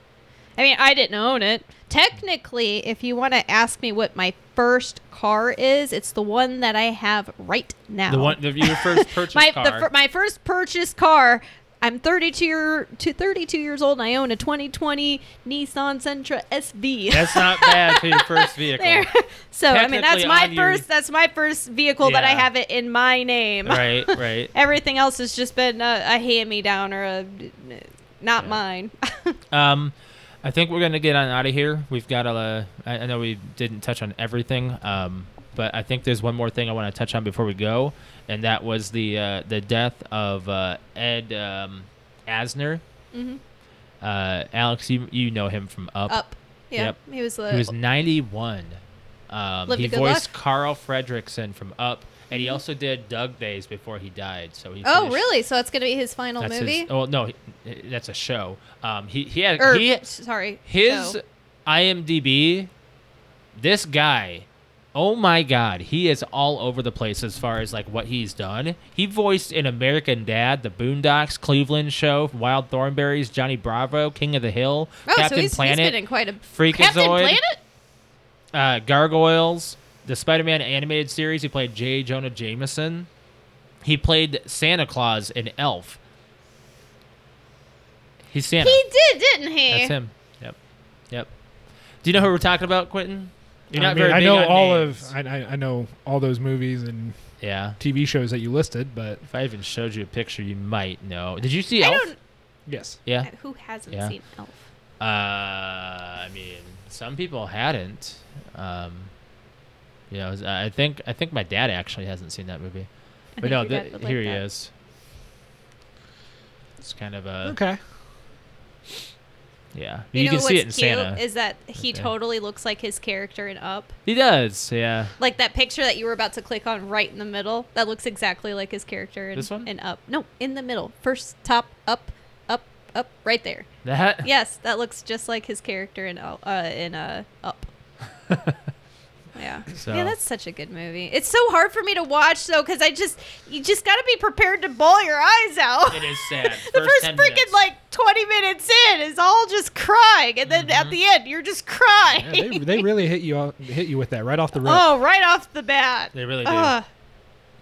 S2: I mean, I didn't own it. Technically, if you want to ask me what my first car is, it's the one that I have right now.
S1: The one the, your first purchase
S2: my
S1: car.
S2: The, fir- my first purchased car. I'm 32 year to 32 years old and I own a 2020 Nissan Sentra SV.
S1: That's not bad for your first vehicle.
S2: There. So I mean that's
S1: Technically
S2: my
S1: on your-
S2: first that's my first vehicle that I
S1: Yeah.
S2: have it in my name.
S1: Right, right.
S2: Everything else has just been a, a hand me down or a not
S1: Yeah.
S2: mine.
S1: Um, I think we're gonna get on out of here. We've got a. Uh, I, I know we didn't touch on everything. Um, but I think there's one more thing I want to touch on before we go, and that was the uh, the death of uh, Ed um, Asner.
S2: Mhm.
S1: Uh, Alex, you you know him from Up.
S2: Up. Yeah.
S1: Yep.
S2: He was the
S1: He was 91. Um,
S2: Lived
S1: he
S2: a good Mm-hmm.
S1: voiced Carl Fredrickson from Up, and he also did Doug Days before he died. So he.
S2: Oh,
S1: finished-
S2: really? So that's going to be his final
S1: That's
S2: movie? Er,
S1: His, oh no, he- that's a show. Um, he he had
S2: or
S1: he,
S2: sorry.
S1: his
S2: show.
S1: IMDb, this guy, oh my god, he is all over the place as far as like what he's done. He voiced in American Dad, The Boondocks, Cleveland Show, Wild Thornberries, Johnny Bravo, King of the Hill,
S2: Oh,
S1: Captain
S2: so he's,
S1: Planet,
S2: he's been in quite a
S1: Freakazoid.
S2: Captain Planet?
S1: uh, Gargoyles, the Spider-Man animated series. He played J. Jonah Jameson. He played Santa Claus in Elf. He's Santa.
S2: He did, didn't he?
S1: That's him. Yep. Yep. Do you know who we're talking about, Quentin? You're
S3: I
S1: not
S3: mean,
S1: very
S3: I
S1: big
S3: know
S1: on
S3: all
S1: names.
S3: of. I, I I know all those movies and
S1: yeah.
S3: TV shows that you listed, but
S1: If I even showed you a picture, you might know. Did you see
S2: I
S1: Elf?
S2: don't
S3: yes,
S1: yeah.
S2: who hasn't
S1: Yeah.
S2: seen Elf.
S1: Uh, I mean, some people hadn't. Um, you know, I think I think my dad actually hasn't seen that movie. But
S2: I think
S1: no,
S2: your
S1: th-
S2: dad would like
S1: here he
S2: that.
S1: is. It's kind of a
S3: okay.
S1: yeah.
S2: You,
S1: You,
S2: know
S1: can see it in
S2: what's cute
S1: Santa.
S2: is that he
S1: Okay.
S2: totally looks like his character in Up.
S1: he does. Yeah.
S2: Like that picture that you were about to click on right in the middle. That looks exactly like his character in,
S1: This one?
S2: in Up. No, in the middle. First top up up up right there.
S1: That.
S2: Yes, that looks just like his character in Up- uh in uh Up. Yeah.
S1: So-
S2: Yeah, that's such a good movie. It's so hard for me to watch though cuz I just you just got to be prepared to bawl your eyes out.
S1: It is sad.
S2: the first
S1: 10
S2: freaking
S1: minutes.
S2: like 20 minutes in is all just crying and then
S1: Mm-hmm.
S2: at the end you're just
S3: Yeah,
S2: crying
S3: they, they really hit you off- hit you with that right off the rip.
S2: oh right off the bat
S1: They really do.
S2: Ugh.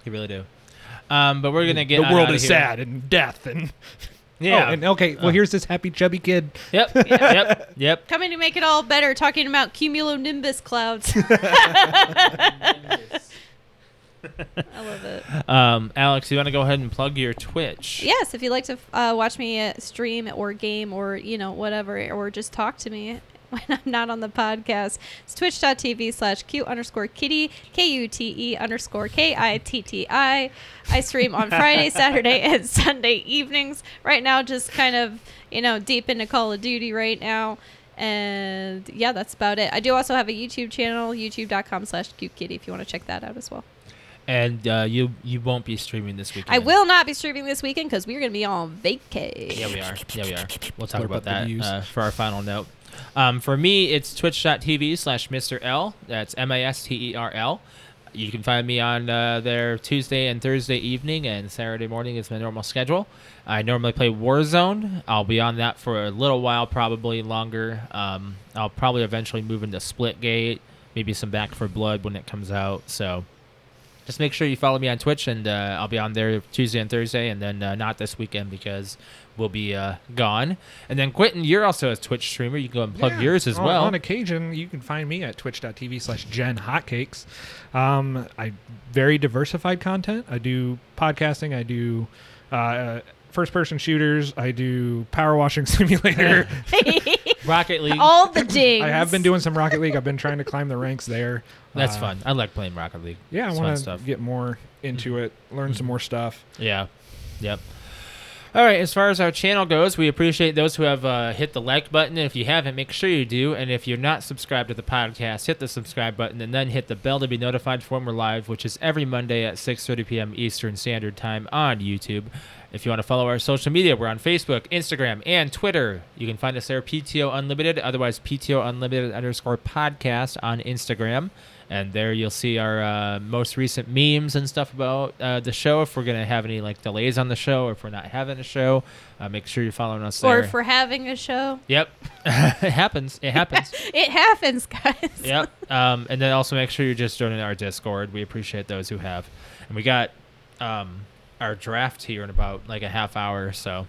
S1: You really do. Um, but we're gonna get
S3: the
S1: on
S3: world
S1: outta
S3: is
S1: here.
S3: sad and death and
S1: Yeah. Uh.
S3: Oh, and okay, well here's this happy chubby kid.
S1: Yep. yep. Yep.
S2: coming to make it all better talking about cumulonimbus clouds i love it
S1: Um, Alex, you want to go ahead and plug your Twitch?
S2: yes if you'd like to uh, watch me uh, stream or game or you know whatever or just talk to me when I'm not on the podcast. It's twitch.tv slash Q underscore kitty, K U T E underscore K I T T I. I stream on Friday, Saturday, and Sunday evenings. Right now, just kind of, you know, deep into Call of Duty right now. And yeah, that's about it. I do also have a YouTube channel, youtube.com slash cute kitty, if you want to check that out as well.
S1: And uh, you you won't be streaming this weekend.
S2: I will not be streaming this weekend because we're going to be on vacay.
S1: Yeah, we are. Yeah, we are. We'll talk
S3: Blurb
S1: about
S3: up the
S1: that
S3: views.
S1: uh, for our final note. Um, for me, it's twitch.tv slash Mr. L. That's M I S T E R L. You can find me on uh, there Tuesday and Thursday evening, and Saturday morning is my normal schedule. I normally play Warzone. I'll be on that for a little while, probably longer. Um, I'll probably eventually move into Splitgate, maybe some Back for Blood when it comes out. So just make sure you follow me on Twitch, and uh, I'll be on there Tuesday and Thursday, and then uh, not this weekend because we'll be uh, gone. And then Quentin, you're also a Twitch streamer. You can go and plug
S3: Yeah. Oh,
S1: yours as
S3: On-
S1: well.
S3: On occasion, you can find me at twitch.tv slash Jen Hotcakes. Um, I very diversified content. I do podcasting. I do uh, first person shooters. I do power washing simulator.
S1: Rocket League.
S2: All the dings.
S3: I have been doing some Rocket League. I've been trying to climb the ranks there.
S1: That's
S3: Uh,
S1: fun. I like playing Rocket League.
S3: Yeah, I
S1: It's fun
S3: want to
S1: stuff.
S3: get more into it, learn some more stuff.
S1: Yeah. Yep. All right. As far as our channel goes, we appreciate those who have uh, hit the like button. If you haven't, make sure you do. And if you're not subscribed to the podcast, hit the subscribe button and then hit the bell to be notified when we're live, which is every Monday at 6:30 p.m. Eastern Standard Time on YouTube. If you want to follow our social media, we're on Facebook, Instagram, and Twitter. You can find us there, PTO Unlimited, otherwise PTO Unlimited underscore podcast on Instagram. And there you'll see our uh, most recent memes and stuff about uh, the show. If we're going to have any like delays on the show, or if we're not having a show, uh, make sure you're following us
S2: Or
S1: there.
S2: if we're having a show.
S1: yep, it happens. It happens.
S2: It happens, guys.
S1: yep. Um, and then also make sure you're just joining our Discord. We appreciate those who have. And we got um, our draft here in about like a half hour or so.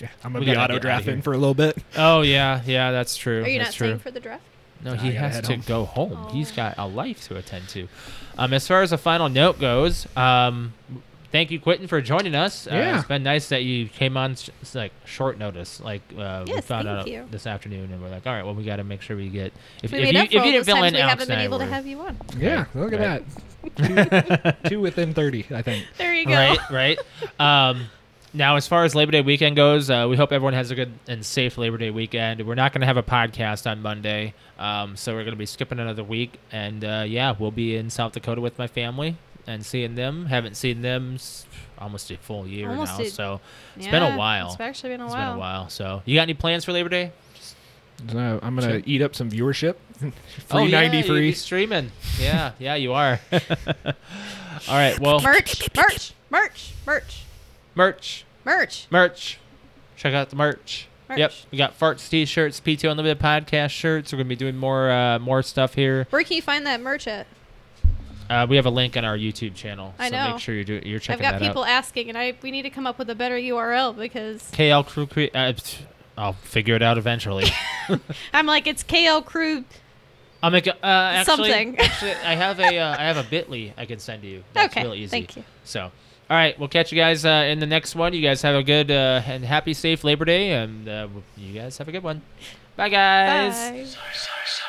S3: Yeah, I'm going
S1: We
S3: to be
S1: gotta get
S3: auto
S1: outta here.
S3: drafting for a little bit.
S1: Oh yeah, yeah, that's true.
S2: Are you
S1: that's
S2: not
S1: true.
S2: staying for the draft?
S1: No,
S3: I
S1: he
S3: gotta
S1: has
S3: head
S1: to
S3: home.
S1: go home. He's
S2: Oh.
S1: got a life to attend to. Um, as far as a final note goes, um, thank you, Quentin, for joining us. Uh,
S3: Yeah.
S1: it's been nice that you came on sh- s- like short notice. Like uh, we
S2: Yes,
S1: found
S2: thank
S1: out
S2: you.
S1: this afternoon, and we're like, all right, well, we got to make sure we get. If,
S2: We
S1: if
S2: made
S1: you
S2: up
S1: if
S2: for
S1: you
S2: all
S1: didn't
S2: those
S1: fill in,
S2: times we
S1: Alex
S2: haven't been
S1: and I
S2: able to
S1: were-
S2: have you on.
S3: Yeah, look at
S1: Right.
S3: that. Two, two within 30, I think.
S2: There you go.
S1: Right, right. Um, now, as far as Labor Day weekend goes, uh, we hope everyone has a good and safe Labor Day weekend. We're not going to have a podcast on Monday, um, so we're going to be skipping another week. And uh, yeah, we'll be in South Dakota with my family and seeing them. Haven't seen them s- almost a full year
S2: Almost
S1: now,
S2: a-
S1: so it's been a
S2: Yeah,
S1: while.
S2: It's actually been a
S1: it's
S2: while.
S1: been a while. So, you got any plans for Labor Day?
S3: So I'm going to eat up some viewership. free
S1: Oh, yeah,
S3: 90
S1: you'll
S3: free.
S1: be streaming. yeah, yeah, you are. All right. Well,
S2: Merch, merch, merch, merch,
S1: merch.
S2: merch.
S1: merch. Check out the merch.
S2: Merch.
S1: Yep, we got farts t-shirts, PTO Unlimited podcast shirts. We're gonna be doing more uh, more stuff here.
S2: Where can you find that merch at?
S1: Uh, we have a link on our YouTube channel,
S2: I
S1: so
S2: know.
S1: make sure you're do- you're
S2: I've
S1: checking
S2: got
S1: that
S2: people
S1: out.
S2: asking, and I we need to come up with a better URL because
S1: KL Crew, Cre- uh, pff, I'll figure it out eventually.
S2: I'm like it's KL Crew.
S1: I'll make a, uh, actually,
S2: Something.
S1: actually, I have a uh, I have a Bitly I can send you. That's
S2: okay,
S1: really easy.
S2: thank you.
S1: So, all right, we'll catch you guys uh, in the next one. You guys have a good uh, and happy, safe Labor Day, and uh, you guys have a good one. Bye, guys.
S2: Bye.
S4: sorry, sorry.